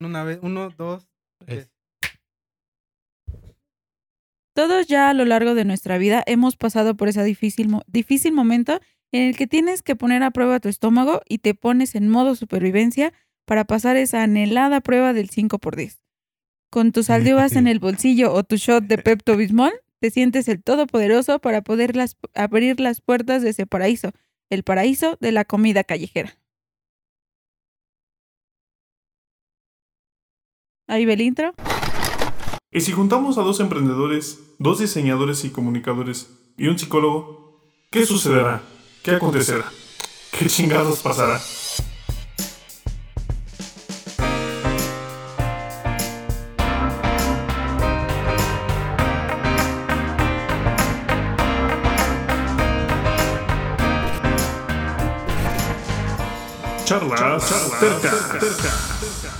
Una vez, uno, dos, tres. Todos ya a lo largo de nuestra vida hemos pasado por ese difícil, mo- difícil momento en el que tienes que poner a prueba tu estómago y te pones en modo supervivencia para pasar esa anhelada prueba del 5x10. Con tus aldebas en el bolsillo o tu shot de Pepto Bismol, te sientes el todopoderoso para poder las- abrir las puertas de ese paraíso, el paraíso de la comida callejera. Ahí ve el intro. Y si juntamos a dos emprendedores, dos diseñadores y comunicadores y un psicólogo, ¿qué sucederá? ¿Qué acontecerá? ¿Qué chingados pasará? Charlas, tercas.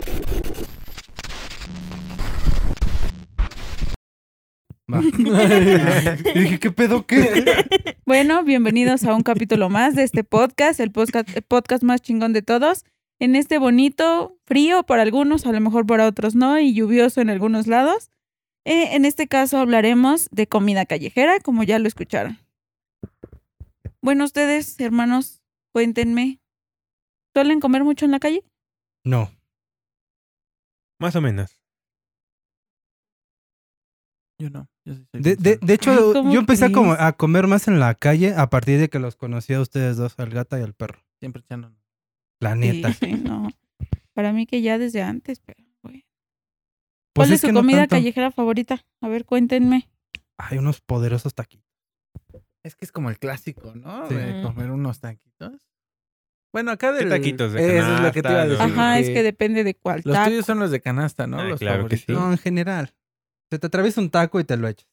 Y dije, ¿qué pedo qué? Bueno, bienvenidos a un capítulo más de este podcast, el podcast, el podcast más chingón de todos. En este bonito, frío para algunos, a lo mejor para otros no, y lluvioso en algunos lados. Eh, en este caso hablaremos de comida callejera, como ya lo escucharon. Bueno, ustedes, hermanos, cuéntenme. ¿Suelen comer mucho en la calle? No. Más o menos. Yo no. Yo sí soy De, de- sincero. de hecho, Ay, ¿cómo yo empecé a, como- crees? a comer más en la calle a partir de que los conocí a ustedes dos, al gata y al perro. Siempre echando. La neta. Sí, no. Para mí que ya desde antes, pero. bueno. Pues ¿Cuál es, su que no comida tanto. callejera favorita? A ver, cuéntenme. Hay unos poderosos taquitos. Es que es como el clásico, ¿no? Sí. De Ujú. comer unos taquitos. Bueno, acá ¿Qué del... eh, taquitos? ¿De Eso es lo que te iba a decir. canasta, Sí, Ajá, es eh, de- que depende de cuál. Los taco. tuyos son los de canasta, ¿no? Ah, los claro que sí. favoritos. No, en general. Se te atraviesa un taco y te lo echas.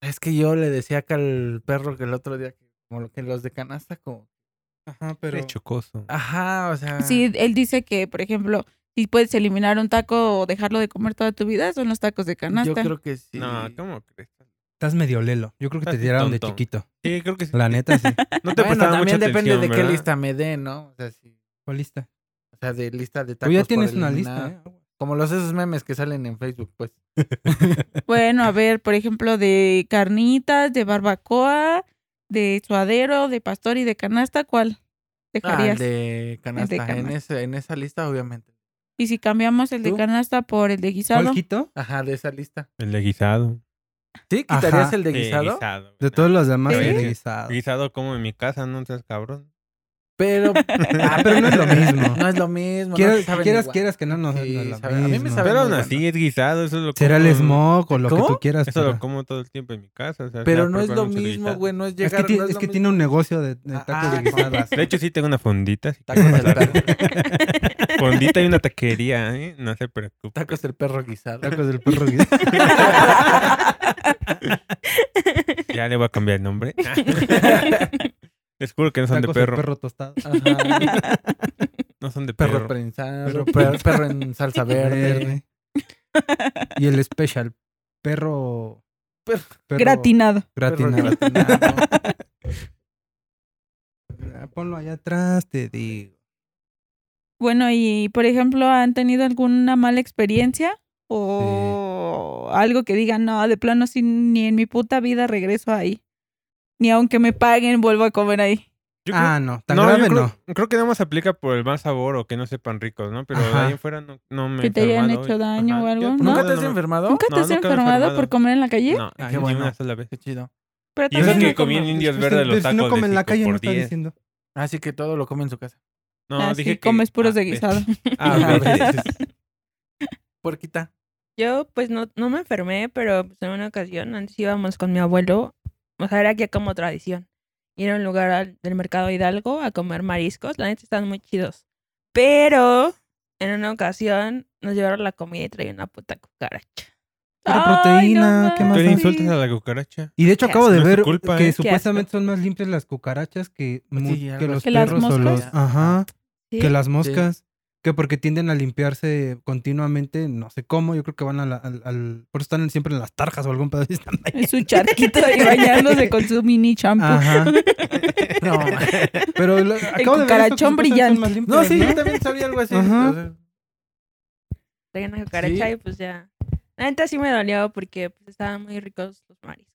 Es que yo le decía acá al perro que el otro día, que como lo que los de canasta, como... Ajá, Pero... chocoso. Ajá, o sea... Sí, él dice que, por ejemplo, si puedes eliminar un taco o dejarlo de comer toda tu vida, son los tacos de canasta. Yo creo que sí. No, ¿cómo crees? Estás medio lelo. Yo creo que te Estás tiraron de tonto. chiquito. Sí, creo que sí. La neta, sí. No bueno, te prestaba también mucha atención, depende de qué ¿verdad? lista me den, ¿no? O sea, sí. ¿Cuál lista? O sea, de lista de tacos Tú Pues ya por tienes una eliminar. lista, ¿eh? Como los esos memes que salen en Facebook, pues. Bueno, a ver, por ejemplo, de carnitas, de barbacoa, de suadero, de pastor y de canasta, ¿cuál Ah, el dejarías? de canasta. En, canasta. ese, en esa lista, obviamente. Y si cambiamos el de ¿Tú? canasta por el de guisado, ¿Cuál quito? Ajá, de esa lista. El de guisado. ¿Sí? ¿Quitarías Ajá. el de guisado? guisado. De todos los demás, Sí. el de guisado. Guisado como en mi casa, no seas cabrón. Pero... Ah, pero no es lo mismo. No es lo mismo. no Quieras, saben quieras, igual. quieras que no nos Sí, no es lo sabe- a mí me mismo. sabe- Pero aún muy así bueno. es guisado, eso lo Será el como- smoke o lo que ¿Cómo? tú quieras. Eso lo pero- como todo el tiempo en mi casa. o sea, Pero ya no es lo preparo mucho mismo, guisado. güey. No es Es que, llegar... ti- no es lo que mismo. tiene un negocio de, de Ah, tacos ah, de guisado. con De hecho, sí tengo una fondita. si Tacos quieren del pasar. perro. fondita y una taquería, ¿eh? No se preocupe. Tacos del perro guisado. Tacos del perro guisado. Ya le voy a cambiar el nombre. Les juro que no son Tacos de del perro. perro tostado. Ajá. No son de Perro perro. prensado. Perro Perro, perro en salsa verde. Verde. y el special. Perro... Perro- perro gratinado. perro gratinado. gratinado. Ah, Ponlo allá atrás, te digo. Bueno, y por ejemplo, ¿han tenido alguna mala experiencia? O algo que digan, no, de plano, sí, ni en mi puta vida regreso ahí. Ni aunque me paguen, vuelvo a comer ahí. Yo creo- Ah, no. Tan yo grave creo, no. Creo que nada más aplica por el mal sabor o que no sepan ricos, ¿no? Pero de Ajá. ahí en fuera no, no me he Que te hayan enfermado. hecho daño o algo, ¿no? ¿Nunca ¿Nunca te has enfermado? ¿Nunca te No, has nunca me he enfermado por enfermado. comer en la calle? No, Ah, ni qué bueno. una sola vez. Qué chido. Pero Y eso también que no comí como- en Indios Pues, Verdes los pues, si no tacos come de en la 5 calle, no por está 10. diciendo. Así que todo lo come en su casa. No, Ah, dije sí, que... comes puros de ah, guisado. Ah, A ves. veces. Porquita. Yo, pues, no, no me enfermé, pero pues, en una ocasión antes íbamos con mi abuelo. O sea, era ya como tradición. Ir a un lugar al- del mercado Hidalgo a comer mariscos. La neta están muy chidos. Pero en una ocasión nos llevaron la comida y traían una puta cucaracha. Pura Ay, proteína, no ¿qué Tú más le mames. da? insultas a la cucaracha. Y de hecho Qué acabo asco. de No es ver tu culpa, que ¿eh? Qué supuestamente son más limpias las cucarachas que, mu- algo que los así. Que las perros o moscas. los... Ajá, Sí. que las moscas. que porque tienden a limpiarse continuamente, no sé cómo, yo creo que van a la- al, al- por eso están siempre en las tarjas o algún pedo así, están ahí. Es un charquito y bañándose con su mini champú. Ajá. No, Pero lo- acabo de ver cucarachón eso, que supuestamente son brillante. más no, limpias, sí, yo también sabía algo así. Ajá. o sea, Traía una cucaracha Sí. y pues ya. La neta sí me dolió porque pues, estaban muy ricos los mariscos.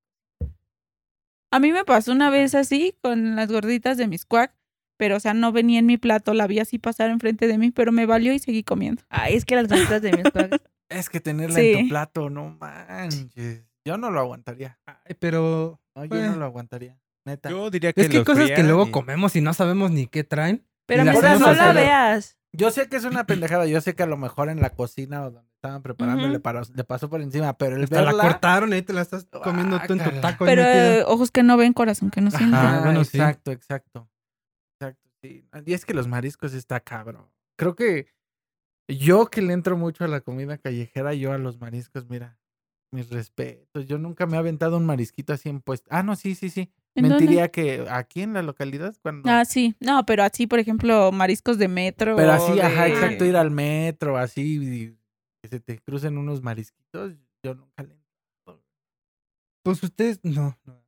A mí me pasó una vez así con las gorditas de mis cuac, pero o sea, no venía en mi plato, la vi así pasar enfrente de mí, pero me valió y seguí comiendo. Ay, es que las gorditas de mis cuacas. Es que tenerla en Sí. tu plato, no manches. Yo no lo aguantaría. Ay, pero No, yo Bueno. no lo aguantaría. Neta. Yo, Yo diría que es que hay lo cosas que frían luego y- comemos y no sabemos ni qué traen. Pero Y las mientras hacemos no la asada. veas. sé que es una pendejada. Yo sé que a lo mejor en la cocina o donde estaban preparando Ujú. le, paró- le pasó por encima, pero el Hasta la verla- cortaron y ahí te la estás comiendo tú en tu Guácala. taco. ahí Ah, Pero metida. eh, ojos que no ven, corazón que no siente. Ah, Ah, bueno, sí. exacto, exacto. Exacto, sí. Ah, Y es que los mariscos está cabrón. Creo que yo que le entro mucho a la comida callejera, yo a los mariscos, mira, mis respetos. Yo nunca me he aventado un marisquito así en puesto. Ah, no, sí, sí, sí. ¿En dónde? Mentiría que aquí en la localidad, cuando. Ah, sí. No, pero así, por ejemplo, mariscos de metro. Pero así, ajá, de- exacto, ir al metro, así, y que se te crucen unos marisquitos, yo nunca le Pues ustedes, no. no.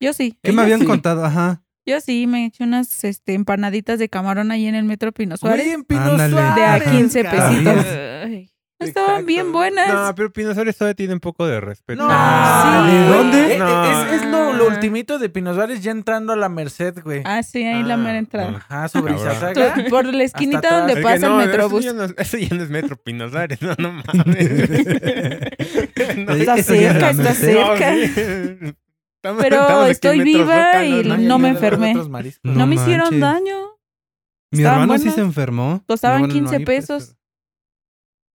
Yo sí. ¿Qué me Ella habían sí. contado? Ajá. Yo sí, me eché unas este, empanaditas de camarón ahí en el metro Pino Suárez. Oye, en Pino Ándale. de a Suárez, 15 cabrón. pesitos. Ay. Estaban bien exacto. buenas. No, pero Pinosaurio todavía tiene un poco de respeto. No, Ah, sí, ¿de güey. dónde? Eh, eh, No. Es, es lo, lo ultimito de Pino Suárez ya entrando a la Merced, güey. Ah, sí, ahí la Ah, mera entrada. Ajá, sobre Cabrón. Izazaga. Tú- Por la esquinita atrás. donde Es que pasa no, el eso metrobús. ya no- Eso ya, no, es Metro Pinosaurio, no, no mames. No, Está eso cerca, ya es la está Merced. cerca. sí. Estamos- Pero estamos aquí en estoy Metro viva Zócalo, y ¿no? no yo le doy me enfermé. otros mariscos. No, me hicieron manches. daño. Mi Estaban hermano sí buenas. se enfermó. Costaban No, no, no, 15 ahí, pues, pesos.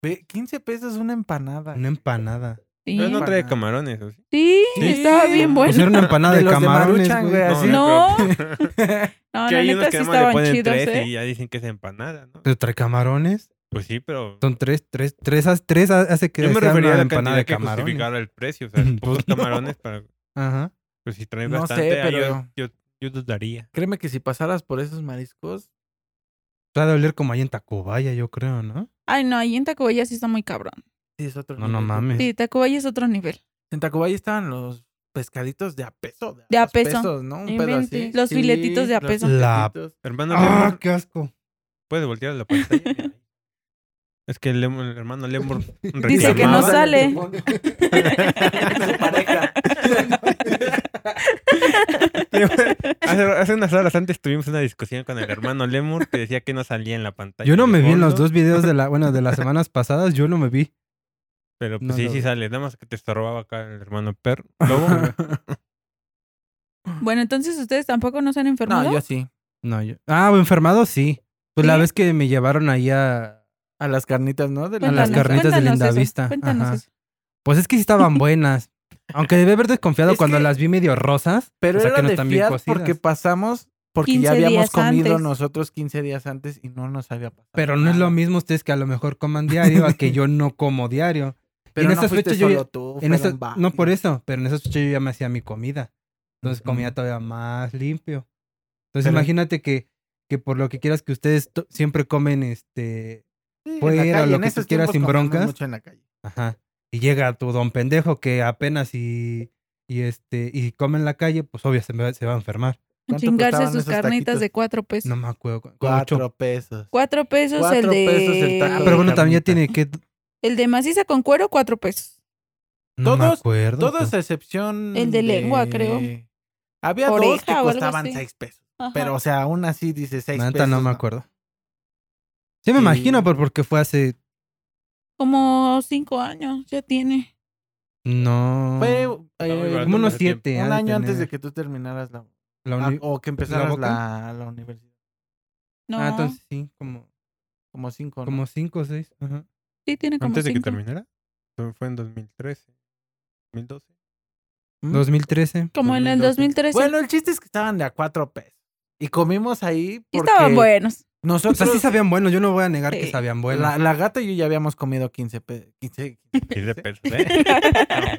pero- Ve, 15 pesos una empanada. Una empanada. Sí, Pero Pues no trae Para- camarones, ¿o sí? sí, Sí. estaba bien Pues era bueno. una empanada De de, los de camarones, Maruchan, güey. güey, así. Pues No. pero- No, que la hay neta unos sí que nada más le estaban ponen chidos, tres ¿eh? y ya dicen que es empanada, ¿no? Pero trae camarones. Pues sí, pero... Son tres, tres, tres, haz- tres ha- hace que Yo me sea refería a una la empanada cantidad de que camarones. justificara el precio. O sea, Pues pocos no. camarones para... Ajá. Pues si traes No sé, bastante, ah, yo- pero- yo, yo dudaría. Créeme que si pasaras por esos mariscos, Te Pues ha de oler como ahí en Tacubaya, yo creo, ¿no? Ay, no, ahí en Tacubaya sí está muy cabrón. sí es otro No, no nivel de mames. pedo. Sí, Tacubaya es otro nivel. En Tacubaya estaban los pescaditos de a peso. De a dos peso. pesos, ¿no? Un pedo Inventes. así. Los filetitos de a los peso. La- filetitos. Hermano, ¡Ah, Lemur, qué asco! ¿puedes voltear a la pantalla? Mira. es que el, Lemur- el hermano Lemur Dice que no reclamaba. sale. Su pareja. hace, hace unas horas antes tuvimos una discusión con el hermano Lemur que decía que no salía en la pantalla. Yo no de me vi en los fondo, dos videos de la, bueno, de las semanas pasadas, yo no me vi. Pero pues, no sí, lo sí vi. sale. Nada más que te estorbaba acá el hermano Per. Lobo. Bueno, entonces ustedes tampoco no se han enfermado. No, yo sí. No, yo. Ah, enfermado sí. Pues la ¿Sí? vez que me llevaron ahí a. A las carnitas, ¿no? De la- a las Cuéntanos, carnitas de cuéntanos Linda eso, Vista. Cuéntanos Ajá. eso. Pues es que sí estaban buenas. Aunque debí haber desconfiado Es cuando que- las vi medio rosas. Pero o sea, era que no de están bien fiar cocidas. porque pasamos, porque 15 ya habíamos días comido antes. nosotros 15 días antes y no nos había pasado. Pero no es lo nada. mismo ustedes que a lo mejor coman diario a que yo no como diario. Pero en no esas fuiste fechas yo ya- solo tú, En fueron esas- no varios. por eso, pero en esas fechas yo ya me hacía mi comida. Entonces comía Ujú. todavía más limpio. Entonces Pero- imagínate que, que por lo que quieras que ustedes to- siempre comen este Sí, en la fuera, calle, lo en que tú esos quieras, tiempos sin comíamos broncas. mucho en la calle. Ajá. Y llega tu don pendejo que apenas y, y este y come en la calle, pues obvio se, me va- se va a enfermar. A ¿Cuánto Chingarse costaban sus esos carnitas taquitos? de cuatro pesos. No me acuerdo. cu- como ocho. Cuatro pesos. Cuatro pesos el Cuatro de. pesos el taco. Ah, pero bueno, también ya tiene carnitas. que El de maciza con cuero, cuatro pesos. no me Todos- acuerdo. Todos pero- a excepción. El de lengua, creo. Había dos Oreja o que algo costaban así. seis pesos. Ajá. Pero, o sea, aún así dice seis la neta pesos. no me acuerdo. Sí me imagino Sí. por porque fue hace Como cinco años ya tiene. no Fue eh, muy barato, como unos hace tiempo. siete un año antes de que tú terminaras la. la ah, uni- o que empezaras boca? la, la universidad. No, Ah, entonces sí, como Como cinco, ¿no? como cinco o seis. Ajá. sí tiene como Antes de que cinco. terminara. Fue fue en 2013. 2012. ¿Mm? 2013. como en el 2013. Bueno, el chiste es que estaban de a cuatro pesos. Y comimos ahí y porque estaban buenos. O nosotros, sea, sí sabían bueno, yo no voy a negar que Sí. sabían bueno. la, la gata y yo ya habíamos comido 15 pesos. 15, 15 pesos, ¿eh?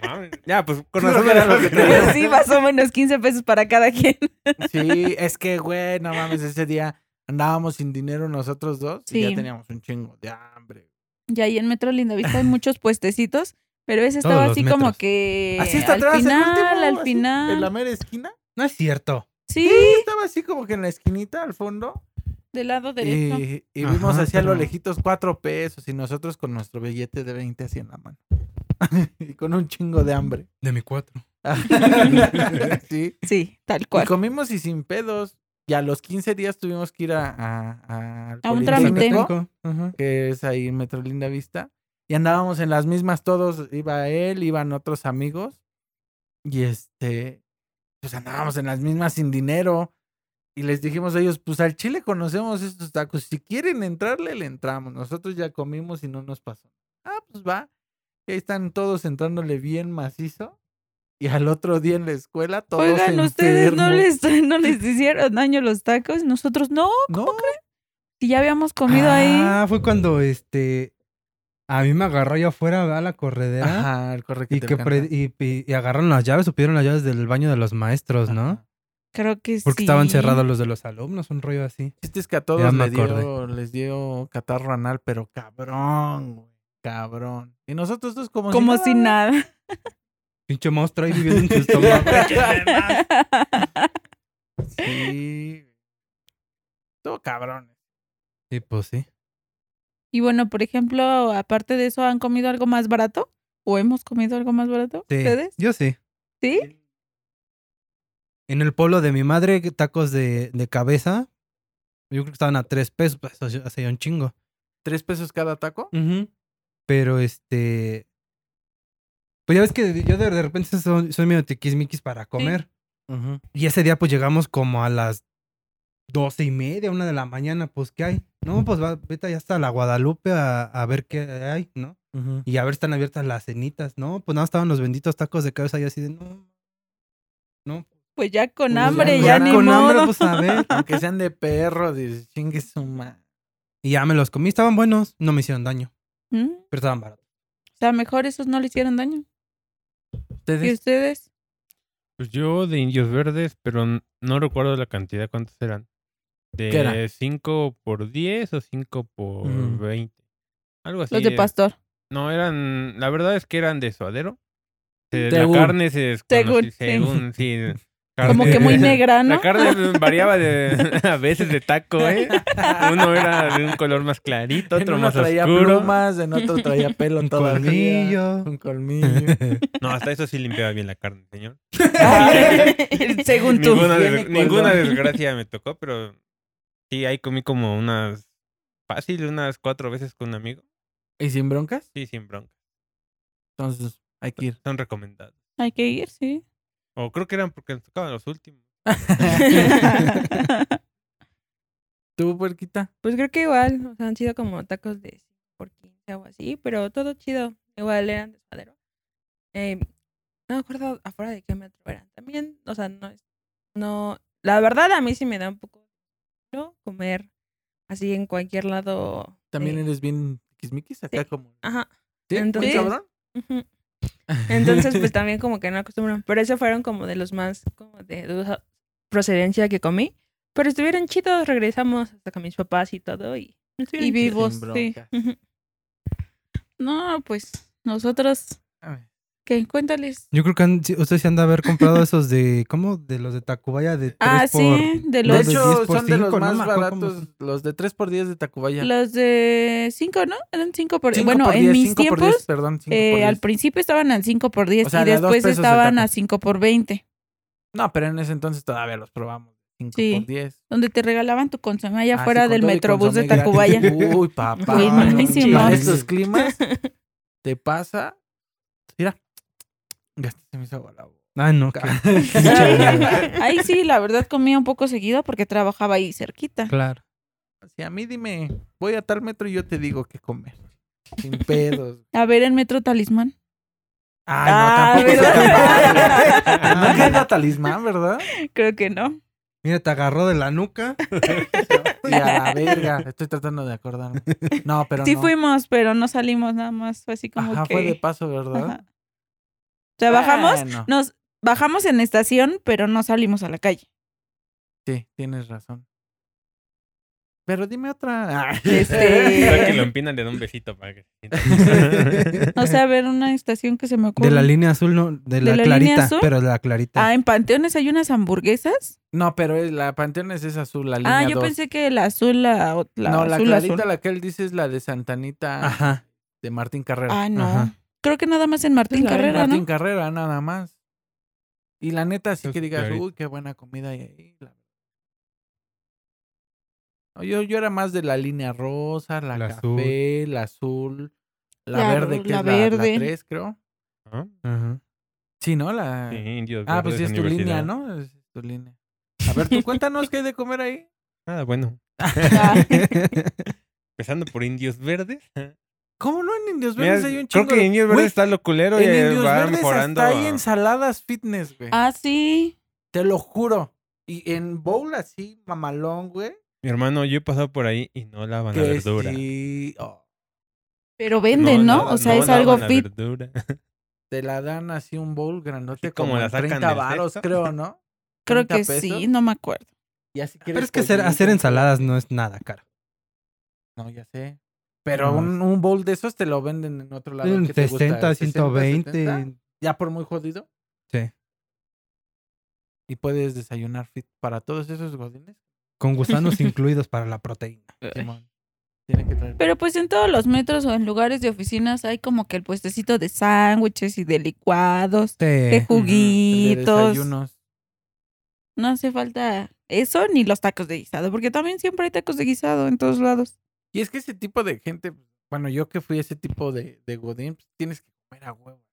No mames. Ya, pues con Creo razón que era lo que traía. sí, más o menos 15 pesos para cada quien. Sí, es que, güey, no mames, ese día andábamos sin dinero nosotros dos y Sí. ya teníamos un chingo de hambre. Y ahí en Metro Lindavista hay muchos puestecitos, pero ese estaba Todos los así como metros. que. así está al atrás, el final, último, al así, final. En la mera esquina. No es cierto. Sí, Estaba así como que en la esquinita, al fondo. del lado derecho. Y, y vimos Ajá, hacia lo pero- lejitos cuatro pesos y nosotros con nuestro billete de 20 así en la mano. y con un chingo de hambre. De mi cuatro. sí. Sí, tal Y cual. comimos y sin pedos. Y a los 15 días tuvimos que ir a, a, al A un Politécnico, trámite. Ajá. Que es ahí en Metro Linda Vista. Y andábamos en las mismas todos. Iba él, iban otros amigos. Y este, pues andábamos en las mismas sin dinero. Y les dijimos a ellos, pues al Chile conocemos estos tacos. Si quieren entrarle, le entramos. Nosotros ya comimos y no nos pasó. Ah, pues va. Y ahí están todos entrándole bien macizo. Y al otro día en la escuela todos Oigan, ustedes no enfermos. les, no les hicieron daño los tacos, nosotros no, No, si ya habíamos comido ahí. Ah, fue cuando este. A mí me agarró allá afuera a la corredera. Ajá, el corre que Y te que pre- encanta. y, y- y agarraron las llaves o pidieron las llaves del baño de los maestros, pues, ¿no? Ajá. Creo que sí. Porque estaban cerrados los de los alumnos, un rollo así. El chiste es que a todos Ya me les dio, acordé. les dio catarro anal, pero cabrón, güey, cabrón. Y nosotros dos como Como si nada. Pinche monstruo ahí viviendo en tu estómago. Sí. Todo cabrón. Sí, pues sí. y bueno, por ejemplo, aparte de eso, ¿han comido algo más barato? ¿O hemos comido algo más barato? Sí, ¿Ustedes? Yo sí. ¿Sí? En el pueblo de mi madre, tacos de, de cabeza. Yo creo que estaban a tres pesos, pues eso ya hacía un chingo. ¿Tres pesos cada taco? Pero este. Pues ya ves que yo de, de repente soy, soy medio tiquismiquis para comer. Y ese día pues llegamos como a las doce y media, una de la mañana, pues ¿qué hay? No, pues va, vete allá hasta la Guadalupe a, a ver qué hay, ¿no? Y a ver si están abiertas las cenitas, ¿no? Pues nada, estaban los benditos tacos de cabeza y así de, no, Pues ya con Pues ya hambre, con- ya, ya ni con modo. hambre, pues a ver. Aunque sean de perro, dices, chingue su madre. Y ya me los comí, estaban buenos, no me hicieron daño, ¿Mm? pero estaban baratos. O sea, mejor esos no le hicieron daño. ¿Y Ustedes, ustedes? Pues yo de indios verdes, pero n- no recuerdo la cantidad, ¿cuántos eran? ¿Qué era? De 5 por 10 o 5 por Ujú. 20. Algo así. Los de eh, pastor. No, eran, la verdad es que eran de suadero. Se- Según. La carne se Según, desconocí- sí. según, sí. Como carne- que muy negra, ¿no? La carne variaba de, a veces de taco, ¿eh? Uno era de un color más clarito, En otro uno más traía oscuro. plumas, en otro traía pelo Un todavía. colmillo. Un colmillo. No, hasta eso sí limpiaba bien la carne, señor. Según tú. Ninguna, Tiene des- ninguna color. desgracia me tocó, pero sí, ahí comí como unas fácil, unas cuatro veces con un amigo. ¿Y sin broncas? Sí, sin bronca. Entonces, hay que ir. Son recomendados. Hay que ir, sí. O creo que eran porque nos tocaban los últimos. ¿Tú, puerquita? Pues creo que igual, o sea, han sido como tacos de 5 por 15 o así, pero todo chido. Igual eran de suadero. Eh, no me acuerdo afuera de qué metro eran. También, o sea, no es. No, la verdad a mí sí me da un poco ¿no? comer así en cualquier lado. También eh, eres bien quismiquis acá Sí. como... Ajá. ¿Sí? Entonces- ¿Muy cabrón? ujú. Entonces, pues también como que no acostumbran. Pero esos fueron como de los más como de dudosa procedencia que comí. Pero estuvieron chidos, regresamos hasta con mis papás y todo. Y, estuvieron Y chidos. vivos, Sin sí. broncas. Ujú. No, pues nosotros, A ver. ¿qué? Cuéntales. yo creo que han- sí, ustedes se han de haber comprado esos de, ¿cómo? De los de Tacubaya de tres Ah, por... sí, de No, De los, de hecho, 10 por son de los 5, no más me acuerdo cómo baratos, los de 3x10 de Tacubaya. los de 5, ¿no? Eran 5 por 10. Cinco Bueno, por en diez, mis cinco por tiempos, diez, perdón, cinco eh, por al diez. principio estaban al 5 por 10 O sea, y de a dos después pesos el estaban taco. a 5 por 20, No, pero en ese entonces todavía los probamos. 5 Sí. por 10 donde te regalaban tu consomé allá Ah, afuera sí, con del todo y metrobús de consomé Tacubaya. gratis. Uy, papá. Güey, no, buenísimo. Para estos climas te pasa. Mira. Ya se me hizo agua la boca. Ah, no, que- Ahí sí, la verdad comía un poco seguido porque trabajaba ahí cerquita. claro. Si a mí dime, voy a tal metro y yo te digo qué comer. Sin pedos. A ver, el Metro Talismán. Ay, no, tampoco. Ah, está tan padre. No queda talismán, ¿verdad? Creo que no. Mira, te agarró de la nuca. Y a la verga. Estoy tratando de acordarme. No, pero sí no. fuimos, pero no salimos nada más. Fue así como Ajá, que... fue de paso, ¿verdad? Ajá. O sea, bajamos, Bueno, nos bajamos en estación, pero no salimos a la calle. Sí, tienes razón. Pero dime otra. Ah. Creo que lo Este, empinan le da un besito para que se sienta. no sé, a ver, una estación que se me ocurre. De la línea azul, no, de la, la línea clarita, azul? pero de la clarita. Ah, en Panteones hay unas hamburguesas. No, pero es- la Panteones es azul, la línea Ah, yo dos. pensé que la azul, la, o- la no, la azul, clarita, azul. la que él dice es la de Santanita Ajá. de Martín Carrera. Ah, no. Ajá. Creo que nada más en Martín la de Carrera, Martín ¿no? Carrera, nada más. Y la neta, sí Creo que que digas, ahorita- uy, qué buena comida hay ahí. la- No, Yo, yo era más de la línea rosa, la, La café, la azul, la, La verde, ro- que la es la- la, verde. 3, creo. ¿No? Ajá. Sí, ¿no? La... Sí, indios ah, pues verdes sí, es tu línea, universidad. ¿no? Es tu línea. A ver, tú cuéntanos qué hay de comer ahí. Ah, bueno. Ah, Empezando por indios verdes. ¿Cómo no en Indios Mira, Ah, pues Verdes hay un creo chingo? que de- indios Güey, verdes está lo culero y En eh, Indios va Verdes mejorando. hasta hay ensaladas fitness, güey. ah, sí. Te lo juro. Y en bowl así, mamalón, güey. Mi hermano, yo he pasado por ahí y no lavan la que verdura. sí, oh, Pero venden, ¿no? O sea, es algo lavan la fit. verdura. te la dan así un bowl grandote Sí, como como, la en sacan 30 del varos, cesto. creo, ¿no? Creo 30 que pesos. sí, no me acuerdo. Y así Pero es que hacer, hacer ensaladas no es nada caro. No, ya sé. Pero No, un, un bowl de esos te lo venden en otro lado. En ¿qué te 60, gusta? 120. 70, ya por muy jodido. Sí. Y puedes desayunar fit para todos esos godines. Con gusanos incluidos para la proteína. Simón. Tiene que traer. Pero pues en todos los metros o en lugares de oficinas hay como que el puestecito de sándwiches y de licuados, de Sí. De juguitos. desayunos. No hace falta eso ni los tacos de guisado, porque también siempre hay tacos de guisado en todos lados. Y es que ese tipo de gente, bueno, yo que fui ese tipo de, de godín, pues, tienes que comer a huevo.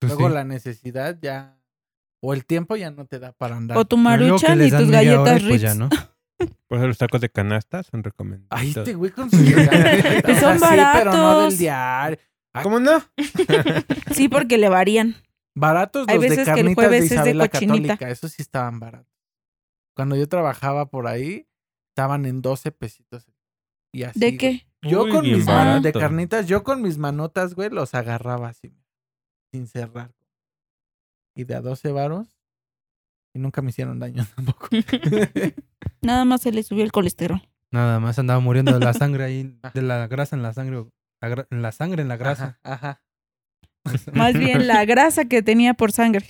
Pues Luego sí. la necesidad ya, o el tiempo ya no te da para andar. O tu Luego que maruchan les y dan tus media hora galletas y pues ya, Ritz. ¿no? Por eso los tacos de canasta son recomendados. Ay, este güey con sus Pues pero no son del baratos. diario. Ay, ¿Cómo no? Sí, porque le varían. Baratos Hay los de veces que el carnitas jueves de es de Isabel la cochinita. Católica. Esos sí estaban baratos. Cuando yo trabajaba por ahí, estaban en 12 pesitos. Y así, ¿De güey. qué? Yo Uy, con bien mis manos de barato. carnitas, yo con mis manotas, güey, los agarraba así, sin cerrar. Y de a 12 varos. Y nunca me hicieron daño tampoco. Nada más se le subió el colesterol. Nada más andaba muriendo de la sangre ahí, de la grasa en la sangre, o- la gra- en la sangre, en la grasa. Ajá, ajá. Más bien la grasa que tenía por sangre.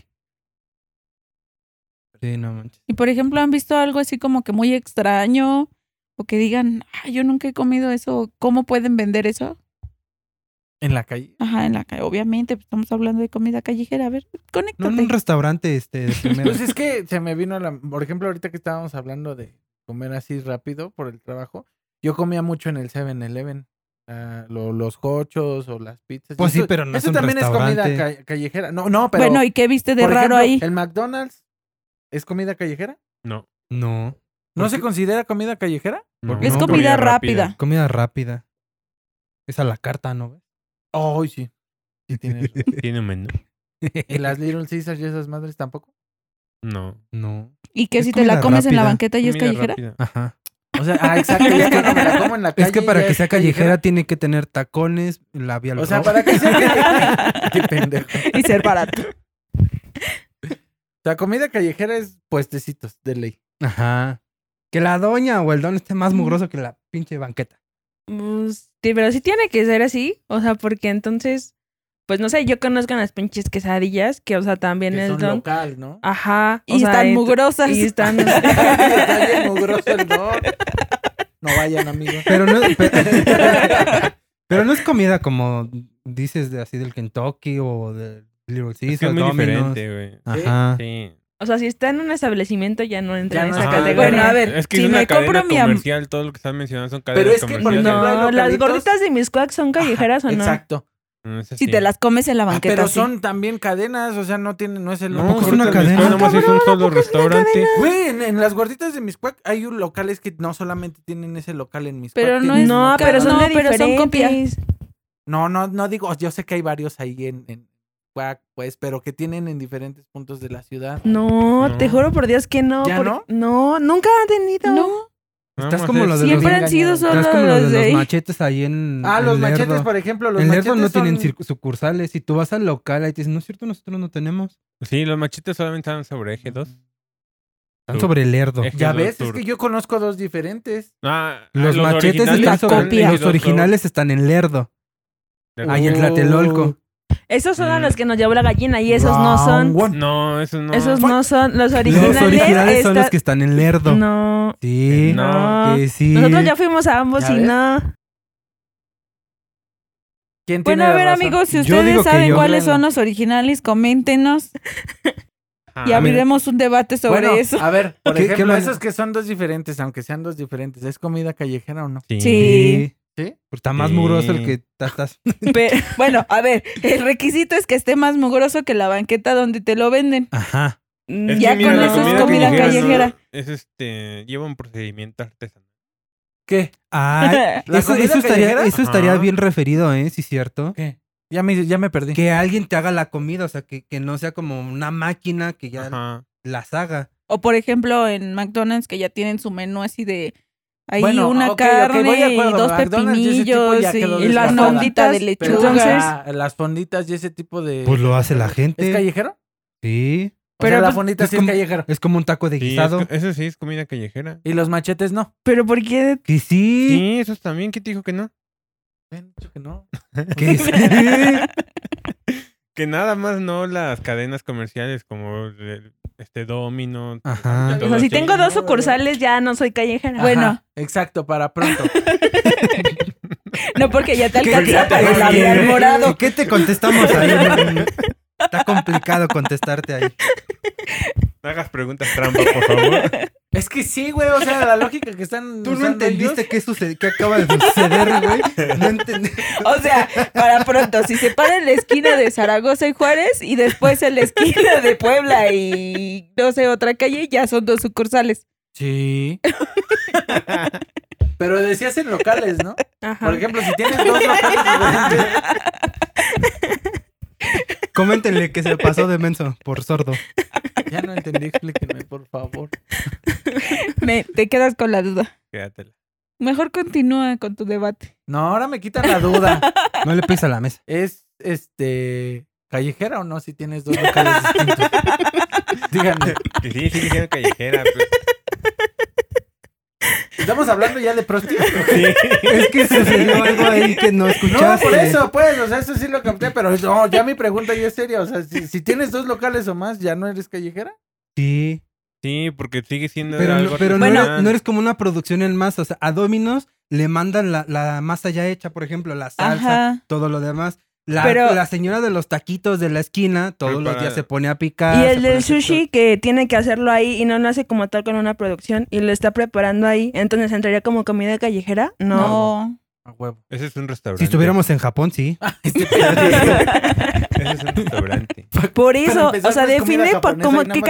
Sí, no manches. Y por ejemplo, ¿han visto algo así como que muy extraño? O que digan, ah, yo nunca he comido eso. ¿Cómo pueden vender eso? En la calle. Ajá, en la calle. Obviamente, pues, estamos hablando de comida callejera. A ver, No, conéctate. en un restaurante, este, de primera. Pues es que se me vino a la... Por ejemplo, ahorita que estábamos hablando de comer así rápido por el trabajo, yo comía mucho en el 7-Eleven. ah, lo- los cochos o las pizzas. y Pues sí, eso- pero no es Eso un también es comida restaurante. ca- callejera. No, no, pero... bueno, ¿y qué viste de por ejemplo, raro ahí? ¿El McDonald's es comida callejera? No. No, ¿No ¿Por se qué? considera comida callejera? no. Es comida rápida. comida rápida. Es a la carta, ¿no? Ay, sí. Sí, tienes razón. Tiene un menú. ¿Y las Little Caesars y esas madres tampoco? No. No. ¿Y que Es si te la comida comes en la rápida. banqueta y es Comida callejera? rápida. Ajá. O sea, ah, exacto. ya cuando me la como en la Es que calle, ya para que sea callejera tiene que tener tacones, labial O sea, rojo. para que sea callejera. Qué pendejo. y ser barato. La comida callejera es puestecitos de ley. Ajá. Que la doña o el don esté más Mm. mugroso que la pinche banqueta. Pues, sí, pero sí tiene que ser así, o sea, porque entonces, pues no sé, yo conozco las pinches quesadillas, que o sea, también Que es son don. local, ¿no? Ah. Ajá. o Y sea, están ent- mugrosas. Y están. Está bien mugroso el don. No vayan, amigos. Pero no, pe- pero, no es comida como dices de así del Kentucky o del Little Es que es Caesar, muy Domino's. diferente, güey. Ajá. Sí. O sea, si está en un establecimiento ya no entra Ya en no esa está. categoría. Bueno, a ver, Es que si es una me compro cadena mi am- comercial. Todo lo que están mencionando son Pero cadenas es que, por comerciales. ejemplo, No, los las perritos- gorditas de Miscuac son callejeras o no. Exacto. No es Si así. te las comes en la Ah, banqueta. pero sí. son también cadenas, o sea, no tiene, no es el ¿A No, poco es porque una en cadena? Miscuac nomás es un solo restaurante. Güey, en, en las gorditas de Miscuac hay un- locales que no solamente tienen ese local en Miscuac. Pero no tienen es- un No, local. pero son No, de pero son copia. diferentes. No, no, no digo, yo sé que hay varios ahí en, en Miscuac, pues, pero que tienen en diferentes puntos de la ciudad. No, No. te juro por Dios que no. ¿Ya porque- no? No, nunca han tenido. No, Vamos a como hacer- los de siempre han engañados. sido solo Es como lo los de los de ahí. machetes ahí en. Ah, en los Lerdo. machetes, por ejemplo, los en machetes Lerdo no tienen son- circu- sucursales. Si tú vas al local, ahí te dicen, no es cierto, nosotros no tenemos. Sí, los machetes solamente están sobre eje 2. Están sobre el erdo. Es que Ya los ves, es tur- que yo conozco dos diferentes. Ah, Los, machetes originales están La sobre- copia. Los originales están en Lerdo. De Ahí en Tlatelolco. Esos son a Mm. los que nos llevó la gallina y esos no son. No, eso no. Esos no son. Los originales. Los originales son está- los que están en Lerdo. No. Sí. No. que sí. Nosotros ya fuimos a ambos ¿Ya y ves? no. ¿Quién tiene Bueno, a la ver, razón? amigos, si Yo ustedes digo que saben yo. cuáles son los originales, coméntenos Ah, y abriremos un debate sobre Bueno, eso. A ver, por ¿Qué- qué ejemplo, más? esos que son dos diferentes, aunque sean dos diferentes, ¿es comida callejera o no? sí. Sí. ¿Sí? Pues Está más Sí. mugroso el que ta- estás. Pero, bueno, a ver, el requisito es que esté más mugroso que la banqueta donde te lo venden. Ajá. Mm, Es que ya mira, con la eso es comida comida callejera, ¿no? callejera. Es este. Lleva un procedimiento artesanal. ¿Qué? Ay, ¿La eso, comida eso estaría, callejera? eso estaría Ajá. bien referido, ¿eh? Sí, cierto. ¿Qué? Ya me, ya me perdí. Que alguien te haga la comida, o sea, que, que no sea como una máquina que ya Ajá. las haga. O por ejemplo, en McDonald's que ya tienen su menú así de ahí Bueno, una ok, ok, carne voy de y acuerdo, dos McDonald's y ese tipo ya pepinillos y, quedó y la desgastada. fondita de Pero, lechuga. Pero, Entonces- ah, las fonditas y ese tipo de... Pues lo hace la ¿Es gente. callejero? Sí. Pero, Pero la pues, fondita es sí como- es callejero. Es como un taco de Sí, es guisado. co- eso sí es comida callejera. Y los machetes no. Pero ¿por qué? Que sí. Sí, esos también. ¿Qué te dijo que no? Ven, dicho que no. Que sí. Que nada más no las cadenas comerciales como el- este Domino. Ajá. O sea, si tengo dos sucursales, ya no soy callejera. Bueno. Ajá, exacto, para pronto. No, porque ya te alcanza para el labial ¿Qué- morado. ¿Qué te contestamos ahí? Está complicado contestarte ahí. No hagas preguntas trampa, por favor. es que sí, güey, o sea, la lógica que están Tú no usando entendiste qué, sucede, qué acaba de suceder, güey. No entendí. O sea, para pronto, si se para en la esquina de Zaragoza y Juárez y después en la esquina de Puebla y no sé, otra calle, ya son dos sucursales. Sí. Pero decías en locales, ¿no? Ajá. Por ejemplo, si tienes dos locales diferentes, Coméntenle que se pasó de menso por sordo. ya no entendí, explíquenme, por favor. Me- te quedas con la duda. Quédatela. Mejor continúa con tu debate. No, ahora me quitan la duda. No le pisa la mesa. ¿Es este callejera o no si tienes dos locales distintos? Díganme. Que sí, sí, siendo callejera. pues. Estamos hablando ya de prostitutas. Es que sucedió algo ahí que no No, escuchaste. por eso, pues, o sea, eso sí lo capté, pero no, ya mi pregunta ya es seria, o sea, si, si tienes dos locales o más, ¿ya no eres callejera? Sí. Sí, porque sigue siendo Pero, algo no, pero no, artesanal. eres, no eres como una producción en masa. O sea, a Dominos le mandan la, la masa ya hecha, por ejemplo, la salsa, Ajá. todo lo demás. La, Pero- la señora de los taquitos de la esquina todos los Preparada. días se pone a picar. Y se el pone a del hacer sushi que tiene que hacerlo ahí y no lo hace como tal con una producción y lo está preparando ahí, entonces entraría como comida callejera. No. No. A huevo. Ese es un todo. restaurante. Si estuviéramos en Japón, sí. Ah, este Ese es un restaurante. Por Para eso, empezar, o sea, no es comida define por japonesa, cómo nada más le qué dicen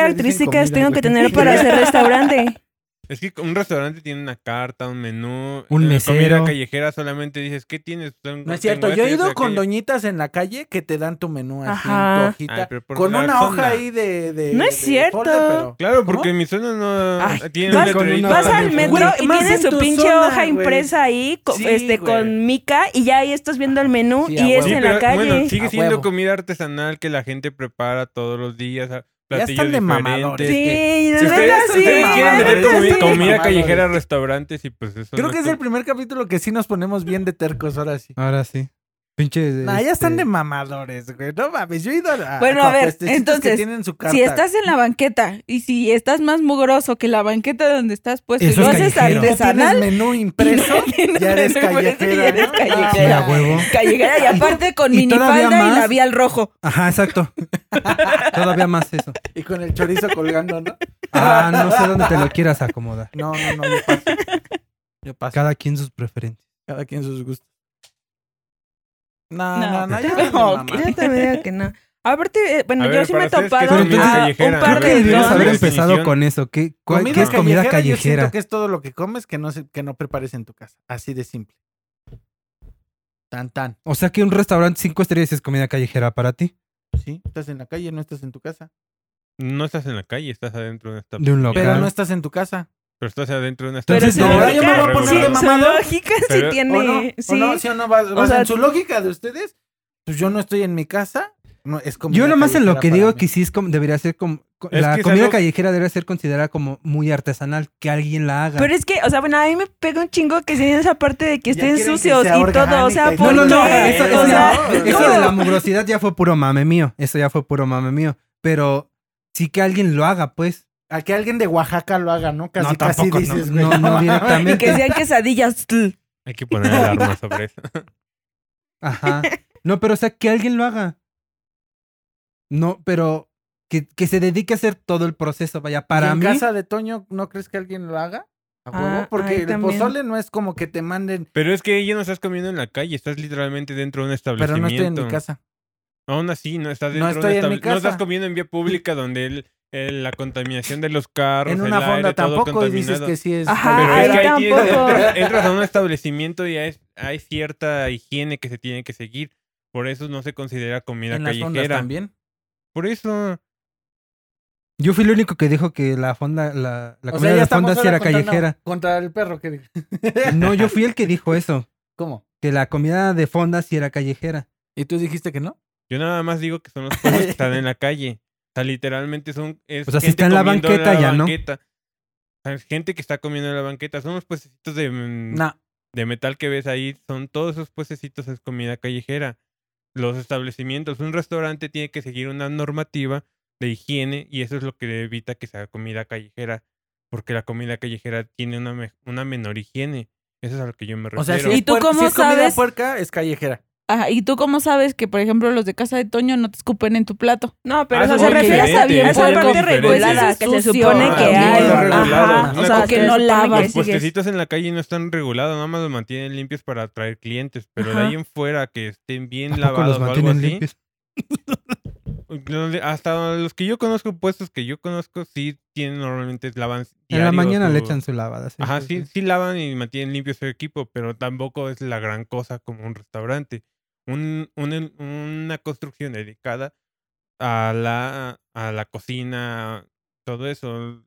características comida, tengo que güey. tener para ser restaurante. Es que un restaurante tiene una carta, un menú. Un en la mesero. Comida callejera solamente dices, ¿qué tienes? Tengo- No es cierto, tengo yo he esto, ido esto, con aquello. doñitas en la calle que te dan tu menú así Ajá. en tu hojita, Ay, pero por con la una hoja zona. ahí de, de- No de es cierto. folder, Claro, ¿Cómo? porque en mi zona no Ay, tiene vas- un letrerito. Vas al Güey, metro y más tienes en su tu pinche zona, hoja güey. impresa ahí co- Sí, este, güey. con mica y ya ahí estás viendo el menú Sí, a y es Sí, huevo. en pero, la calle. Bueno, sigue A siendo huevo. comida artesanal que la gente prepara todos los días. a- Ya Platillos están de mamadores. diferentes. sí, Si de ustedes, verdad si sí. ustedes quieren mamadores, tener ya están comi- de comida mamadores. callejera, restaurantes y pues eso. Creo no que es el primer capítulo que sí nos ponemos bien de tercos ahora sí. Ahora sí. Pinche. Ah, Ah, Nah, ya están este, de mamadores, güey. No mames, yo he ido a. Bueno, a ver, puestecitos que entonces, tienen su Si carta. estás en la banqueta y si estás más mugroso que la banqueta donde estás puesto Eso y lo es haces callejero. Ya tienes artesanal, menú impreso, tienes ya eres menú impreso y callejera. eres ¿no? callejera. Sí, Ah, a huevo. callejera y aparte con y minifalda todavía y más. labial rojo. Ajá, exacto. Todavía más eso. Y con el chorizo colgando, ¿no? Ah, no sé dónde te lo quieras acomodar. No, no, no, yo paso. Yo paso. Cada, Cada quien sus preferencias. quien sus gustos. No, no, No, no. yo no, no, ok. mamá. Yo también digo que no. Aparte, eh, bueno, A yo ver, sí me he para ustedes, ¿qué es topado comida a callejera? un Creo par Creo que de debimos haber dones. empezado con eso. ¿Qué, cuál- qué es comida Yo siento callejera? que es todo lo que comes que no, se- que no prepares en tu casa. Así de simple. Tan, tan. O sea que un restaurante cinco estrellas es comida callejera para ti. ¿Sí? Estás en la calle, no estás en tu casa. No estás en la calle, estás adentro de una De un local. Pero Claro. no estás en tu casa. Pero estás adentro de una Pero estación. su de ahora yo me voy a poner regular. de sí, su mamado. lógica sí Pero- ¿o ¿O tiene. no? ¿O sí. no? ¿Sí o no? Vas- vas sea- en su lógica de ustedes, pues yo no estoy en mi casa. No, es comida Yo nomás en lo callejera que para digo mí. que sí es como, debería ser como, co- Es la que es comida algo- callejera debe ser considerada como muy artesanal, que alguien la haga. Pero es que, o sea, bueno, a mí me pega un chingo que se den esa parte de que Ya quieren estén que sucios sea y todo. O sea, orgánica y ¿por no, no, no, qué? eso, o eso sea, ya- ¿cómo? eso de la mugrosidad ya fue puro mame mío, eso ya fue puro mame mío, pero sí que alguien lo haga, pues. A que alguien de Oaxaca lo haga, ¿no? Casi, no, casi tampoco, dices, güey. no, no, no y que directamente. sean quesadillas. tl. Hay que poner alarma sobre eso. Ajá. No, pero o sea, que alguien lo haga. No, pero que, que se dedique a hacer todo el proceso, vaya, ¿Y para en mí. casa de Toño no crees que alguien lo haga? ¿A huevo? Ah, Porque ahí el también. pozole no es como que te manden, Pero es que ya no estás comiendo en la calle, estás literalmente dentro de un pero no establecimiento. estoy en mi casa. Aún así, no estás No dentro de estoy un en mi establecimiento. No estás casa. comiendo en vía pública donde el- el- la contaminación de los carros, En una el aire, fonda todo tampoco y dices contaminado. que sí es. Ajá, Pero ahí es que ahí tienes- tampoco. entras, entras a un establecimiento y hay, hay cierta higiene que se tiene que seguir. Por eso no se considera comida en las fondas callejera. también. Por eso. Yo fui el único que dijo que la fonda, la, la O comida sea, de ya la estamos fonda sí ahora era contra- no, callejera. Contra el perro que dijo. No, yo fui el que dijo eso, ¿Cómo? que la comida de fonda sí era callejera. ¿Y tú dijiste que no? Yo nada más digo que son los pueblos que están en la calle. O sea, literalmente son. Es O sea, si gente está en la comiendo banqueta, la ya no. banqueta. O sea, es gente que está comiendo en la banqueta. Son los puestecitos de, mm, No. de metal que ves ahí. Son todos esos puestecitos es comida callejera. Los establecimientos. Un restaurante tiene que seguir una normativa de higiene y eso es lo que evita que sea comida callejera. Porque la comida callejera tiene una, me- una menor higiene. Eso es a lo que yo me refiero. O sea, si ¿Y es tú puer- cómo si es comida sabes? puerca, es callejera. Ajá, ¿Y tú cómo sabes que, por ejemplo, los de casa de Toño no te escupen en tu plato? No, pero Ah, o sea, eso se es refiere a esa diferente, bien eso es esa parte algo diferente. regulada Pues que eso se es supone sucio. que Ah, hay. no, regulado. Ajá, o Una sea, cosa que es no supone que lavan. Los sigues. puestecitos en la calle no están regulados, nada más los mantienen limpios para atraer clientes, pero de Ajá. ahí en fuera que estén bien Tampoco lavados los o algo mantienen así. limpios. donde- Hasta los que yo conozco, puestos que yo conozco, sí tienen normalmente lavan. En la diario mañana le su- echan su lavada. sí, Ajá, sí, sí, sí. sí lavan y mantienen limpio su equipo, pero tampoco es la gran cosa como un restaurante. Un, un- una construcción dedicada a la, a la cocina, todo eso.